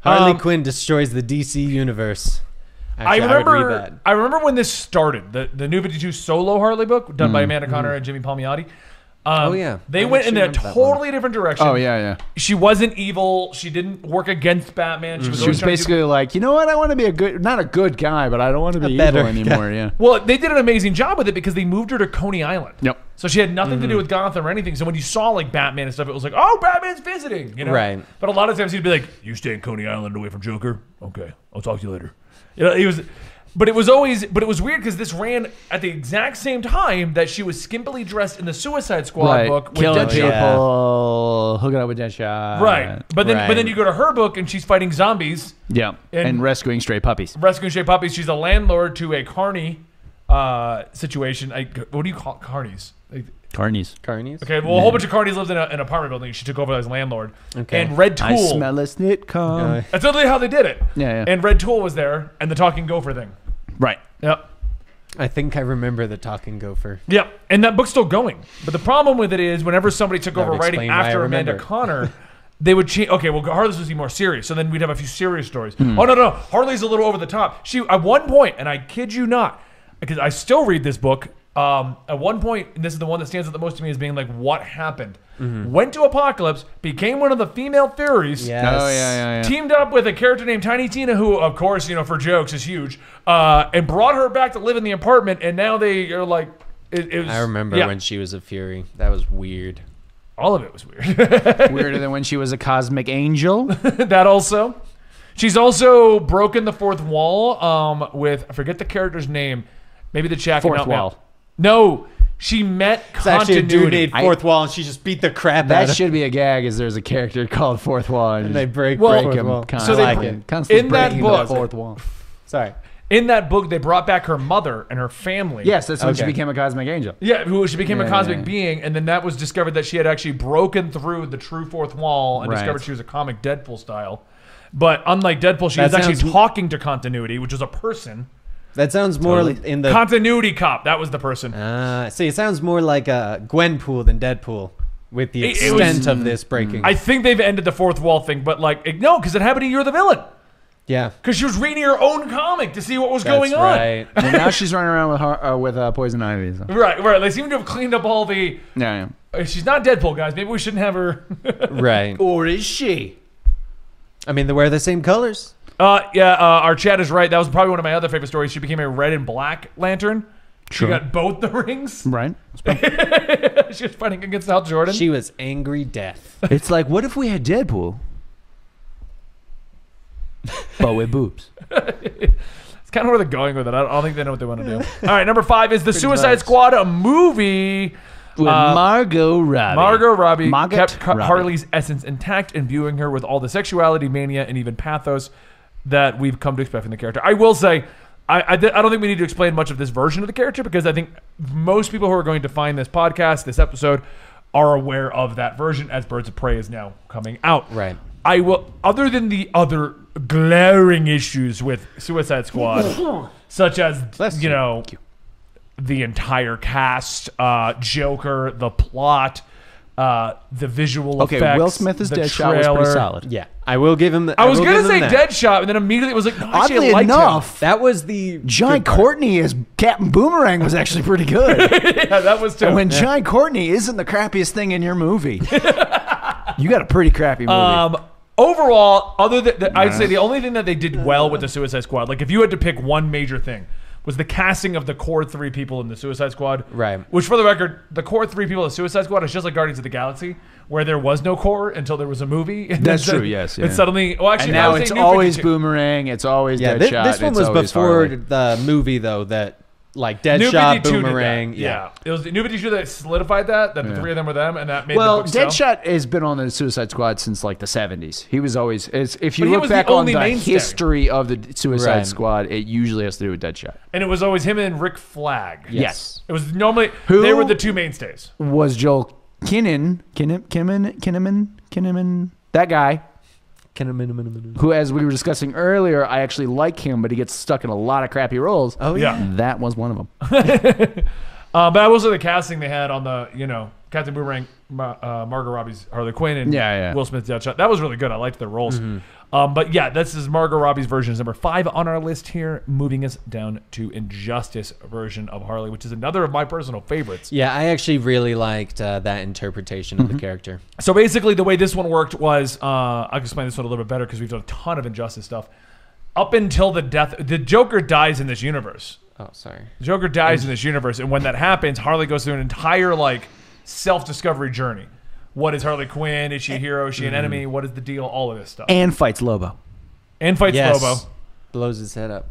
B: Harley
A: Um,
B: Quinn destroys the DC universe. Actually,
A: I
B: would read
A: remember. I,
B: that.
A: remember when this started. The the New 52 solo Harley book done by Amanda Connor and Jimmy Palmiotti. Um,
B: Mm, Oh, yeah.
A: they
B: I
A: went in
B: actually
A: a
B: remember that one.
A: totally different direction.
C: Oh yeah, yeah.
A: she wasn't evil. She didn't work against Batman. She was,
B: Mm-hmm.
C: She
A: always
C: was
A: trying to do-
C: basically like, you know what? I want to be a good, not a good guy, but I don't want to be
B: better
C: evil anymore. *laughs* Yeah.
A: Well, they did an amazing job with it because they moved her to Coney Island.
C: Yep.
A: So she had nothing to
B: Mm-hmm.
A: do with Gotham or anything. So when you saw like Batman and stuff, it was like, oh, Batman's visiting, you know.
B: Right.
A: But a lot of times he'd be like, you stay in Coney Island away from Joker. Okay, I'll talk to you later. You know, he was. But it was always, but it was weird because this ran at the exact same time that she was skimpily dressed in the Suicide Squad book with
C: killing
A: Deadshot.
C: people,
B: Yeah.
C: hooking up with Deadshot.
A: Right. But then, but
B: Right.
A: then you go to her book and she's fighting zombies,
C: Yeah.
A: And-
C: And, rescuing stray puppies.
A: rescuing stray puppies. She's a landlord to a carny uh, situation. I, what do you call carnies? Like,
C: Carnies.
B: Carnies.
A: Okay, well, a whole bunch of carnies lived in a, an apartment building. She took over as landlord.
B: Okay.
A: And Red Tool.
C: I smell a snitcom.
B: Uh,
A: That's literally how they did it.
C: Yeah, yeah.
A: And Red Tool was there, and the talking gopher thing.
C: right.
A: Yep.
B: I think I remember the talking gopher.
A: Yep. And that book's still going. But the problem with it is, whenever somebody took
B: That
A: over
B: would
A: writing
B: explain why I
A: after Amanda
B: remember. *laughs*
A: Connor, they would change. Okay, well, Harley's was even more serious. So then we'd have a few serious stories.
B: Hmm.
A: Oh no, no, Harley's a little over the top. She at one point, and I kid you not, because I still read this book. Um, at one point, and this is the one that stands out the most to me as being like, what happened?
B: Mm-hmm.
A: Went to Apocalypse, became one of the female fairies.
B: Yes.
C: Oh yeah, yeah, yeah.
A: Teamed up with a character named Tiny Tina, who, of course, you know, for jokes is huge, uh, and brought her back to live in the apartment. And now they are like, it, it was,
B: I remember
A: yeah.
B: when she was a fury. That was weird.
A: All of it was weird. *laughs*
C: Weirder than when she was a cosmic *laughs* angel.
A: that also. She's also broken the fourth wall um, with I forget the character's name. Maybe the chat can
C: Fourth
A: help me
C: wall.
A: out. No, she met
B: It's actually a dude
A: continuity.
B: named Fourth Wall, and she just beat the crap out
C: That
B: of him.
C: should be a gag. Is there's a character called Fourth Wall, and,
B: And they break,
A: Well,
B: break
C: break
B: him.
C: him
B: Kind
A: So
B: of
A: they
B: like
A: br-
B: it.
C: constantly
A: in that
C: breaking the
A: book-
C: fourth wall.
B: Sorry.
A: In that book, they brought back her mother and her family.
C: Yes, that's when she
B: Okay.
C: became a cosmic angel.
A: Yeah, who she became a
C: Yeah,
A: cosmic
C: yeah.
A: being, and then that was discovered that she had actually broken through the true fourth wall and
C: Right.
A: discovered she was a comic Deadpool style. But unlike Deadpool, she
B: That
A: was actually
B: sounds-
A: talking to continuity, which is a person.
B: That sounds more li- in the.
A: Continuity cop, that was the person.
B: Ah, see, it sounds more like uh, Gwenpool than Deadpool with the
A: It- it was-
B: extent of this breaking.
A: I think they've ended the fourth wall thing, but like it- no, because it happened to you're the villain.
B: yeah.
A: Because she was reading her own comic to see what was going
B: That's
A: on.
B: right.
C: *laughs*
B: *laughs*
C: And now she's running around with her, uh, with uh, poison ivy. So.
A: Right, right. They seem to have cleaned up all the.
C: Yeah,
A: uh, She's not Deadpool, guys. Maybe we shouldn't have her. *laughs*
B: Right.
D: Or is she?
B: I mean, they wear the
A: *laughs*
B: same colors.
A: uh, yeah, uh, our chat is right. That was probably one of my other favorite stories. She became a red and black lantern.
C: Sure.
A: She got both the *laughs* rings.
C: right.
A: she was fighting against Hal Jordan.
B: She was angry death.
C: It's like, what if we had Deadpool, but with boobs?
A: it's kind of where they're going with it. I don't, I don't think they know what they want to do. All right, number five is The Suicide Squad, a movie.
C: With
A: Uh,
C: Margot Robbie.
A: Margot Robbie
C: Margot
A: kept Ca-
C: Robbie.
A: Harley's essence intact, imbuing her with all the sexuality, mania, and even pathos that we've come to expect from the character. I will say, I, I, th- I don't think we need to explain much of this version of the character because I think most people who are going to find this podcast, this episode, are aware of that version as Birds of Prey is now coming out.
B: Right.
A: I will, other than the other glaring issues with Suicide Squad, such as,
B: Bless
A: you
B: you.
A: know, the entire cast, uh, Joker, the plot, uh, the visual
C: Okay,
A: effects.
C: Will Smith's
A: the
C: Deadshot was
A: trailer.
C: pretty solid.
B: Yeah. I will give him.
A: I was
B: will
A: gonna
B: give
A: say
B: him that.
A: Deadshot, and then immediately it was like, no, I actually
C: Oddly
A: liked him.
C: enough,
B: That was the.
C: John
B: good part.
C: Courtney as Captain Boomerang was actually pretty
A: *laughs*
C: good.
A: *laughs* Yeah, that was too.
C: and *laughs* when John Courtney isn't the crappiest thing in your *laughs* movie, you got a pretty crappy movie.
A: Um, overall, other than the, I'd say the only thing that they did well with the Suicide Squad, like if you had to pick one major thing, was the casting of the core three people in the Suicide Squad.
B: Right.
A: Which, for the record, the core three people in the Suicide Squad is just like Guardians of the Galaxy, where there was no core until there was a movie. *laughs* And
C: That's
A: then
C: true, yes,
A: And
C: yeah.
A: suddenly, well, actually,
C: and
A: I
C: now
A: would say
C: it's
A: New
C: always
A: 52.
C: Boomerang. It's always
B: Yeah,
C: Deadshot.
B: thi- this one
C: it's
B: was
C: always
B: before
C: Harley.
B: the movie, though, that. Like
A: New 52
B: Deadshot,
A: did that.
B: Boomerang.
A: yeah. it was New 52 that solidified that that the
C: Yeah.
A: three of them were them, and that made
C: Well,
A: the book sell.
C: Deadshot has been on the Suicide Squad since like the '70s. He was always. It's, if you
A: But he
C: look
A: was the
C: back on
A: only
C: the
A: mainstay.
C: history of the Suicide
B: Right.
C: Squad, it usually has to do with Deadshot.
A: and it was always him and Rick Flag.
C: Yes.
A: It was normally
C: Who-
A: they were the two mainstays.
C: Was Joel Kinnan, Kinnan, Kinnaman, Kinnaman, Kinnaman, that guy
B: Kinnaman-
C: who, as we were discussing earlier, I actually like him, but he gets stuck in a lot of crappy roles.
B: Oh, yeah.
A: Yeah.
C: That was one of them.
A: Uh, but I will say the casting they had on the, you know, Captain Boomerang, Ma- uh, Margot Robbie's Harley Quinn, and
C: Yeah, yeah. Mm-hmm.
A: Will Smith's Deadshot. That was really good. I liked their roles. Um, but yeah, this is Margot Robbie's version is number five on our list here, moving us down to Injustice version of Harley, which is another of my personal favorites.
B: Yeah, I actually really liked uh, that interpretation
C: Mm-hmm.
B: of the character.
A: So basically, the way this one worked was uh, I'll explain this one a little bit better because we've done a ton of injustice stuff. Up until the death, the Joker dies in this universe.
B: Oh, sorry.
A: The Joker dies in this universe, and when that happens, Harley goes through an entire like self-discovery journey. What is Harley Quinn? Is she a hero? Is she an enemy? What is the deal? All of this stuff. And,
C: And fights Lobo.
A: fights
B: Yes.
A: Lobo.
B: Blows his head up.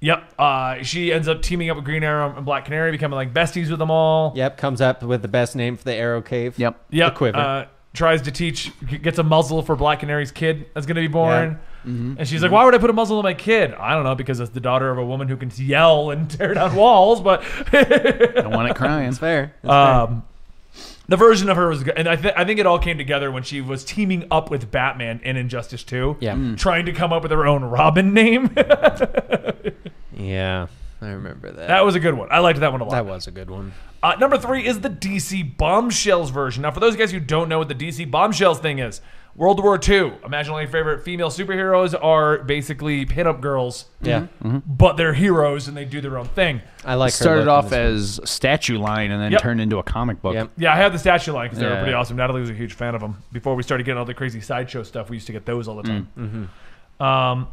A: Yep. Uh, she ends up teaming up with Green Arrow and Black Canary, becoming like besties with them all.
B: Yep, comes up with the best name for the arrow cave.
C: Yep.
A: Yeah,
B: The quiver.
A: Uh, tries to teach, g- gets a muzzle for Black Canary's kid that's going to be born.
B: Mm-hmm.
A: And she's like, why would I put a muzzle on my kid? I don't know, because it's the daughter of a woman who can yell and *laughs* tear down walls. But *laughs*
C: I want it
B: *laughs*
C: crying.
B: It's fair. It's
A: um, the version of her was good. And I, th- I think it all came together when she was teaming up with Batman in Injustice 2.
B: Yeah. Mm.
A: Trying to come up with her own Robin name. *laughs*
B: fair. Yeah, I remember that.
A: that was a good one. I liked that one a lot.
B: That was a good one.
A: Uh, number three is the DC Bombshells version. Now, for those guys who don't know what the DC Bombshells thing is, World War II. Imagine all your favorite female superheroes are basically pinup girls,
B: Yeah,
A: but they're heroes and they do their own thing.
B: I like. her
C: Mm-hmm. Started
B: look in this
C: off
B: one.
C: as statue line and then
A: Yep.
C: turned into a comic book.
B: Yep.
A: Yeah, I have the statue line because they were
C: Yeah.
A: pretty awesome. Natalie was a huge fan of them. Before we started getting all the crazy sideshow stuff, we used to get those all the time. Um,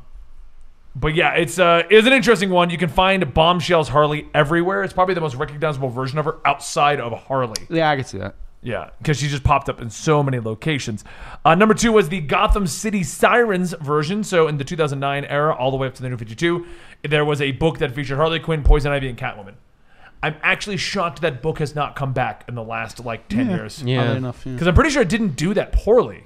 A: but yeah, it's uh, it's an interesting one. You can find Bombshells Harley everywhere. It's probably the most recognizable version of her outside of Harley.
C: Yeah, I can see that.
A: Yeah, because she just popped up in so many locations. Uh, number two was the Gotham City Sirens version. So in the 2009 era, all the way up to the New 52, there was a book that featured Harley Quinn, Poison Ivy, and Catwoman. I'm actually shocked that book has not come back in the last like ten years.
B: Yeah.
C: Oddly enough. yeah.
A: Because I'm pretty sure it didn't do that poorly.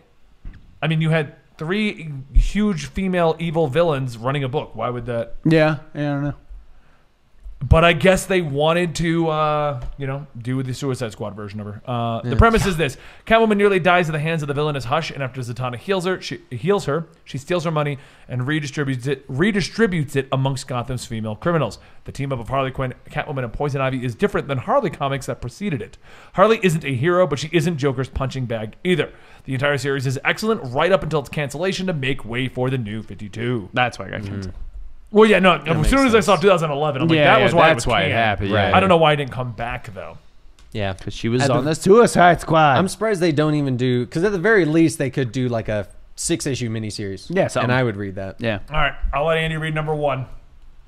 A: I mean, you had three huge female evil villains running a book. Why would that?
C: Yeah, yeah, I don't know.
A: But I guess they wanted to, uh, you know, do the Suicide Squad version of her. Uh, The premise is this: Catwoman nearly dies at the hands of the villainous Hush, and after Zatanna heals her, she heals her. She steals her money and redistributes it, redistributes it amongst Gotham's female criminals. The team up of Harley Quinn, Catwoman, and Poison Ivy is different than Harley comics that preceded it. Harley isn't a hero, but she isn't Joker's punching bag either. The entire series is excellent right up until its cancellation to make way for the New Fifty Two.
C: That's why I got
B: Mm-hmm.
C: canceled.
A: Well, yeah, no. As soon as I saw 2011, I'm like,
C: Yeah,
A: that
C: yeah,
A: was why
C: that's
A: it was
C: why it
A: canned.
C: happened, yeah.
A: I don't know why it didn't come back though.
B: Yeah.
C: She was
B: At the-
C: on the Suicide Squad.
B: I'm surprised they don't even do because at the very least they could do like a six issue miniseries.
C: Yeah, something.
B: and I would read that.
C: yeah.
A: All right, I'll let Andy read number one.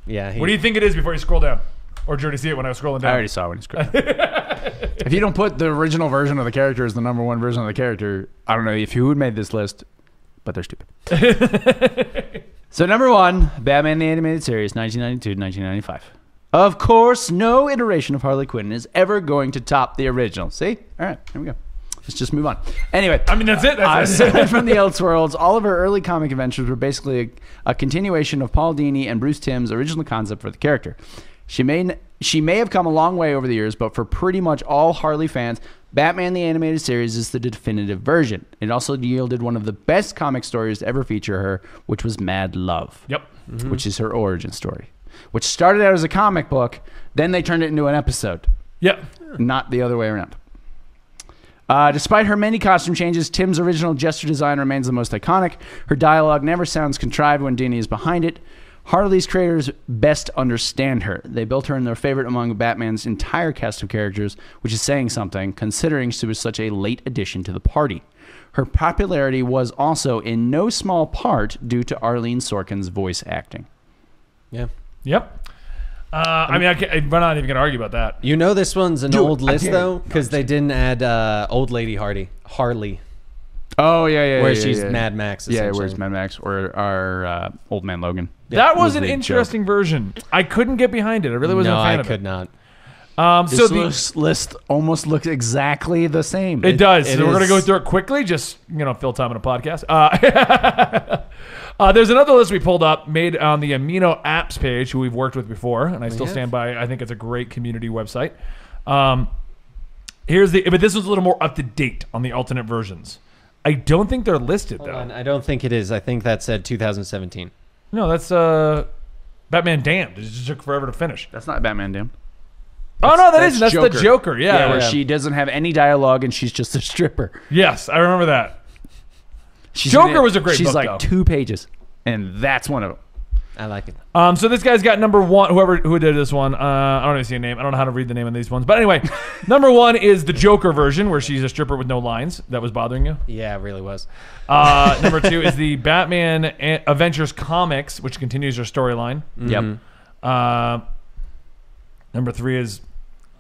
B: Yeah, he,
A: What do you think it is before you scroll down? Or did you already see it when I was scrolling
C: I
A: down?
C: already saw when it's great. if you don't put the original version of the character as the number one version of the character, I don't know if who would made this list, but they're stupid. so number one, Batman the Animated Series, 1992 to 1995. Of course, no iteration of Harley Quinn is ever going to top the original. See? All right, here we go. Let's just move on. Anyway,
A: I mean, *laughs* that's it. That's it.
C: Aside from the Elseworlds, all of her early comic adventures were basically a, a continuation of Paul Dini and Bruce Timm's original concept for the character. She may n- she may have come a long way over the years, but for pretty much all Harley fans, Batman the Animated Series is the definitive version. It also yielded one of the best comic stories to ever feature her, which was Mad Love
A: Yep. Mm-hmm.
C: which is her origin story, which started out as a comic book, then they turned it into an episode,
A: Yep.
C: not the other way around. Uh, despite her many costume changes, Tim's original gesture design remains the most iconic. Her dialogue never sounds contrived when Dini is behind it. Harley's creators best understand her. They built her in their favorite among Batman's entire cast of characters, which is saying something, considering she was such a late addition to the party. Her popularity was also in no small part due to Arlene Sorkin's voice acting.
B: Yeah,
A: Yep. Uh, I mean, I can't, I- we're not even going to argue about that.
B: you know this one's an old
C: I
B: list
C: dare you.
B: though because they didn't add uh, old lady Hardy Harley
C: Oh yeah, yeah.
B: where
C: yeah,
B: she's
C: yeah.
B: Mad Max.
C: Yeah,
B: essentially.
C: where's Mad Max or our uh, old man Logan?
A: that was
C: was
A: an
C: the joke.
A: interesting version. I couldn't get behind it. I really wasn't
B: No,
A: a fan
B: I
A: of
B: could not.
A: it. Um, so
C: This
A: the,
C: list, list almost looks exactly the same.
A: It does.
B: it
A: so we're gonna
B: is-
A: go through it quickly, just you know, fill time in a podcast. Uh, *laughs* uh, there's another list we pulled up, made on the Amino Apps page, who we've worked with before,
C: Oh,
A: and I still
B: have.
A: stand by. I think it's a great community website. Um, here's the, but this was a little more up to date on the alternate versions. I don't think they're listed though.
B: And I don't think it is. I think that said 2017.
A: No, that's uh, Batman Damned. It just took forever to finish.
C: That's not Batman, damn.
A: oh no, that
C: that's
A: is that's the
C: Joker.
A: Joker. Yeah,
C: where
A: yeah.
C: she doesn't have any dialogue and she's just a stripper.
A: yes, I remember that.
C: She's
A: Joker
C: in it-
A: was a great
C: She's
A: book,
C: like
A: though.
C: two pages, and that's one of them.
B: I like it.
A: Um, so this guy's got number one. Whoever who did this one, uh, I don't even see a name. I don't know how to read the name of these ones. But anyway, number one is the Joker version, where she's a stripper with no lines. That was bothering you.
B: Yeah, it really was.
A: Uh, number two is the Batman A- Adventures comics, which continues her storyline.
C: Yep.
A: Uh, number three is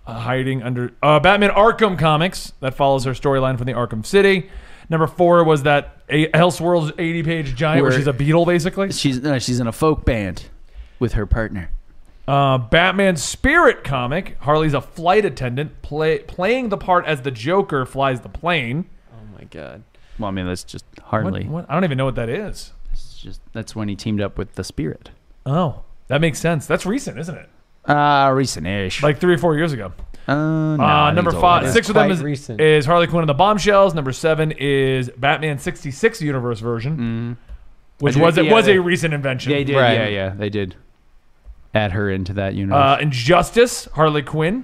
A: uh, hiding under uh, Batman Arkham comics that follows her storyline from the Arkham City. Number four was that a- Elseworlds eighty-page giant, where
C: Where-
A: she's a beetle basically.
C: She's no, she's in a folk band with her partner.
A: Uh, Batman Spirit comic. Harley's a flight attendant, play, playing the part as the Joker flies the plane.
B: Oh my god.
C: Well, I mean that's just
A: What-
C: hardly.
A: what- I don't even know what that is.
C: It's just that's when he teamed up with the Spirit.
A: Oh, that makes sense. That's recent, isn't it?
C: Uh recent-ish.
A: Like three or four years ago.
C: uh, no, I
A: Uh,
C: think
A: number
C: it's older
A: five,
C: than
A: six
B: It's
A: of them
B: quite
A: is,
B: recent.
A: is Harley Quinn and the Bombshells. Number seven is Batman sixty six universe version, which
C: I do-
A: was it
C: Mm. yeah,
A: was
C: they-
A: a recent invention.
C: They did,
B: Right.
C: yeah, yeah, they did. Add her into that universe.
A: Uh, Injustice, Harley Quinn.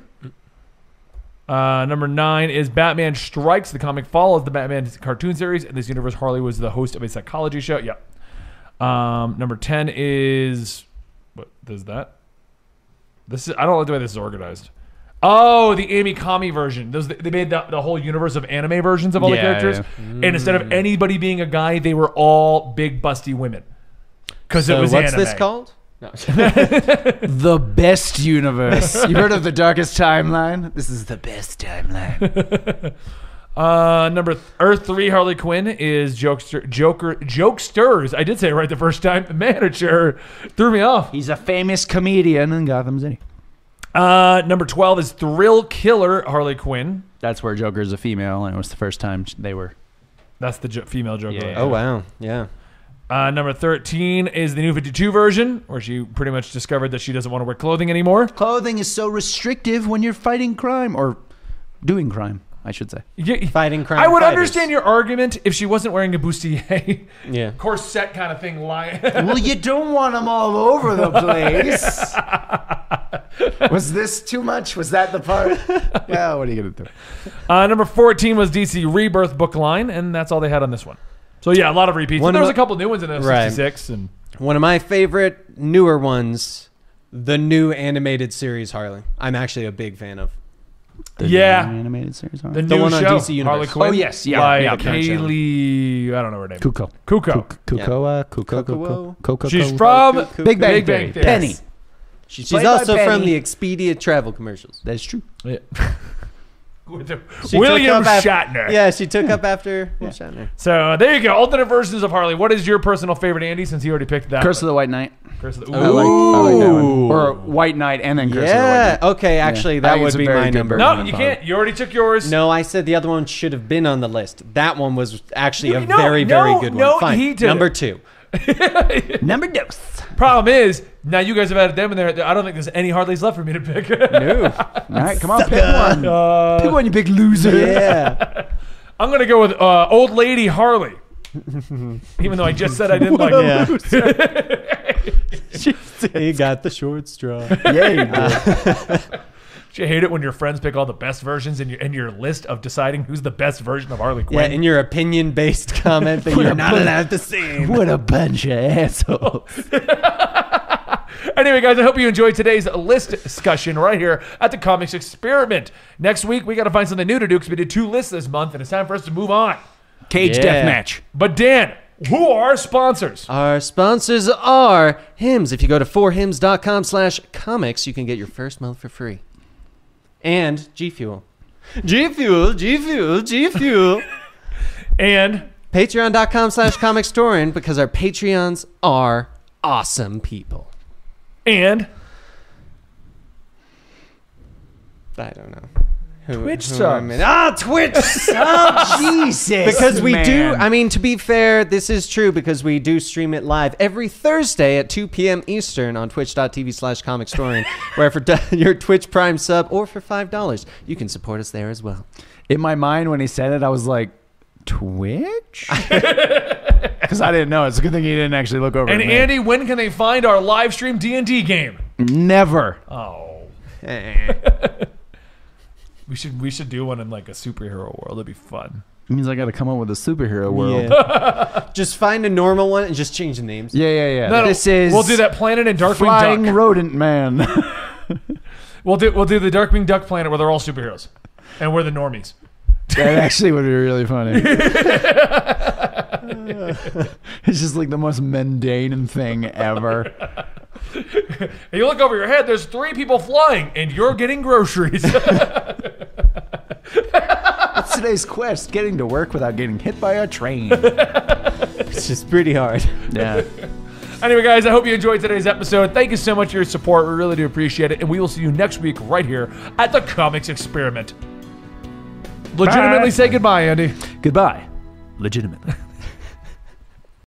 A: Uh, number nine is Batman Strikes. The comic follows the Batman cartoon series. In this universe, Harley was the host of a psychology show. Yeah. Um, number ten is what is that? This is I don't like the way this is organized. Oh, the Amy Kami version. Those they made the, the whole universe of anime versions of all
C: Yeah,
A: the characters, and instead of anybody being a guy, they were all big busty women. Because it
B: So
A: was
B: what's this
A: anime.
B: called? No.
C: the best *laughs* universe. you heard of the darkest timeline? This is the best timeline.
A: Uh, number th- Earth three Harley Quinn is jokester, Joker, jokesters. I did say it right the *laughs* first time. The manager threw me off.
C: He's a famous comedian in Gotham City.
A: Uh, number 12 is Thrill Killer Harley Quinn.
C: That's where Joker's a female, and it was the first time sh- they were.
A: That's the jo- female Joker.
B: *laughs*
C: Yeah.
B: Oh wow, yeah.
A: Uh, number 13 is the new 52 version, where she pretty much discovered that she doesn't want to wear clothing anymore.
C: Clothing is so restrictive when you're fighting crime or doing crime, I should say.
A: Y-
B: Fighting crime
A: I would
B: fighters.
A: understand your argument if she wasn't wearing a bustier *laughs*
B: Yeah.
A: corset kind of thing. Lying.
C: *laughs* well, you don't want them all over the *laughs* place. was this too much? Was that the part? *laughs* well, what are you gonna do?
A: Uh, number 14 was DC Rebirth book line, and that's all they had on this one. So yeah, a lot of repeats.
B: One
A: And there
B: of
A: was a
B: the-
A: couple new ones in the
B: Right.
A: 66 and
B: One of my favorite newer ones, the new animated series Harley. I'm actually a big fan of.
A: Yeah.
C: animated series.
A: the,
B: The
A: new
B: one on
A: show,
B: DC Universe.
A: Harley Quinn.
C: Oh, yes, yeah,
A: by
C: yeah,
B: current show.
A: Kaylee. I don't know her name.
C: Kuko.
A: Kuko.
C: Kukoa.
B: Kukoa.
C: Kuko. Kuko.
A: She's from *laughs*
B: Oh, Cuckoo.
C: Big Bang
A: Um, Big Bang
C: Theory.
A: Theory.
C: Penny.
A: Yes.
B: She's
C: played by
B: also from
C: Penny.
B: the Expedia travel commercials.
C: That's true.
A: Yeah. With the-
B: She took
A: William
B: up af-
A: Shatner.
B: Yeah, she took up after William Shatner.
A: So uh, there you go. Alternate versions of Harley. What is your personal favorite, Andy? Since he already picked that.
C: Curse of the White Knight.
A: the, Curse of the-
C: I like, I like that one.
B: Ooh.
C: Or White Knight and then Curse of the White
B: Yeah.
C: Knight.
B: Okay. Actually,
C: I
B: that
C: think it's
B: would
C: a
B: be
C: very
B: my
C: good
B: number.
C: one.
A: no, you can't. You already took yours.
B: No, I said the other one should have been on the list. That one was actually
A: You-
B: a
A: no,
B: very,
A: no,
B: very good
A: no,
B: one. Fine.
A: he didn't.
B: Number two.
C: Number dose.
A: Problem is, now you guys have added them in there. I don't think there's any Harleys left for me to pick. *laughs*
B: No.
C: All right, come on, pick one. pick one, you big loser.
B: *laughs*
C: *laughs*
B: yeah.
A: I'm gonna go with uh, old lady
B: *laughs*
A: Harley. Even though I just said I didn't like it.
B: yeah. *laughs*
A: *laughs*
B: he got the short *laughs* straw. Uh,
C: Yeah, you do.
A: Do you hate it when your friends pick all the best versions in your in your list of deciding who's the best version of Harley
B: Yeah,
A: Quinn?
B: in your opinion based *laughs* comment that you're not allowed to say.
C: what a bunch
B: *laughs*
C: of assholes.
A: Anyway, guys, I hope you enjoyed today's list discussion right here at the Comics Experiment. Next week we got to find something new to do because we did two lists this month, and it's time for us to move on.
C: Cage
B: Yeah.
C: deathmatch.
A: But Dan, who are our sponsors?
B: Our sponsors are Hims. If you go to 4hims.com slash comics, you can get your first month for free. And G Fuel. G Fuel, G Fuel, G Fuel.
A: And
B: Patreon.com slash comicstorin because our Patreons are awesome people.
A: and
B: I don't know. Who,
A: Twitch
B: who
A: subs.
B: am I- Ah,
A: *laughs*
B: Twitch subs.
C: Jesus.
B: Because we do,
C: man.
B: I mean, to be fair, this is true because we do stream it live every Thursday at 2 p.m. Eastern on twitch.tv slash
A: *laughs*
B: comicstorin, where for d- *laughs* your Twitch Prime sub or for $5, you can support us there as well.
C: In my mind, when he said it, I was like, Twitch? *laughs* Because I didn't know. It's a good thing he didn't actually look over
A: and
C: at me.
A: Andy, when can they find our live stream D and D game?
C: Never.
A: *laughs* Oh.
B: Eh.
A: We should we should do one in like a superhero world. That'd be fun.
C: It means I got to come up with a superhero world.
B: just find a normal one and just change the names.
C: Yeah, yeah, yeah.
A: No, no,
C: this is
A: we'll do that planet and Darkwing
C: Flying
A: Duck.
C: Rodent Man. *laughs*
A: We'll do we'll do the Darkwing Duck planet where they're all superheroes, and we're the normies.
C: That actually would be really funny.
B: *laughs*
C: it's just like the most mundane thing ever.
A: And you look over your head. There's three people flying, and you're getting groceries. *laughs*
C: What's today's quest? Getting to work without getting hit by a train.
B: *laughs* It's just pretty hard.
C: yeah.
A: anyway, guys, I hope you enjoyed today's episode. Thank you so much for your support. We really do appreciate it, and we will see you next week right here at the Comics Experiment. Legitimately say goodbye, Andy.
C: Goodbye. Legitimately.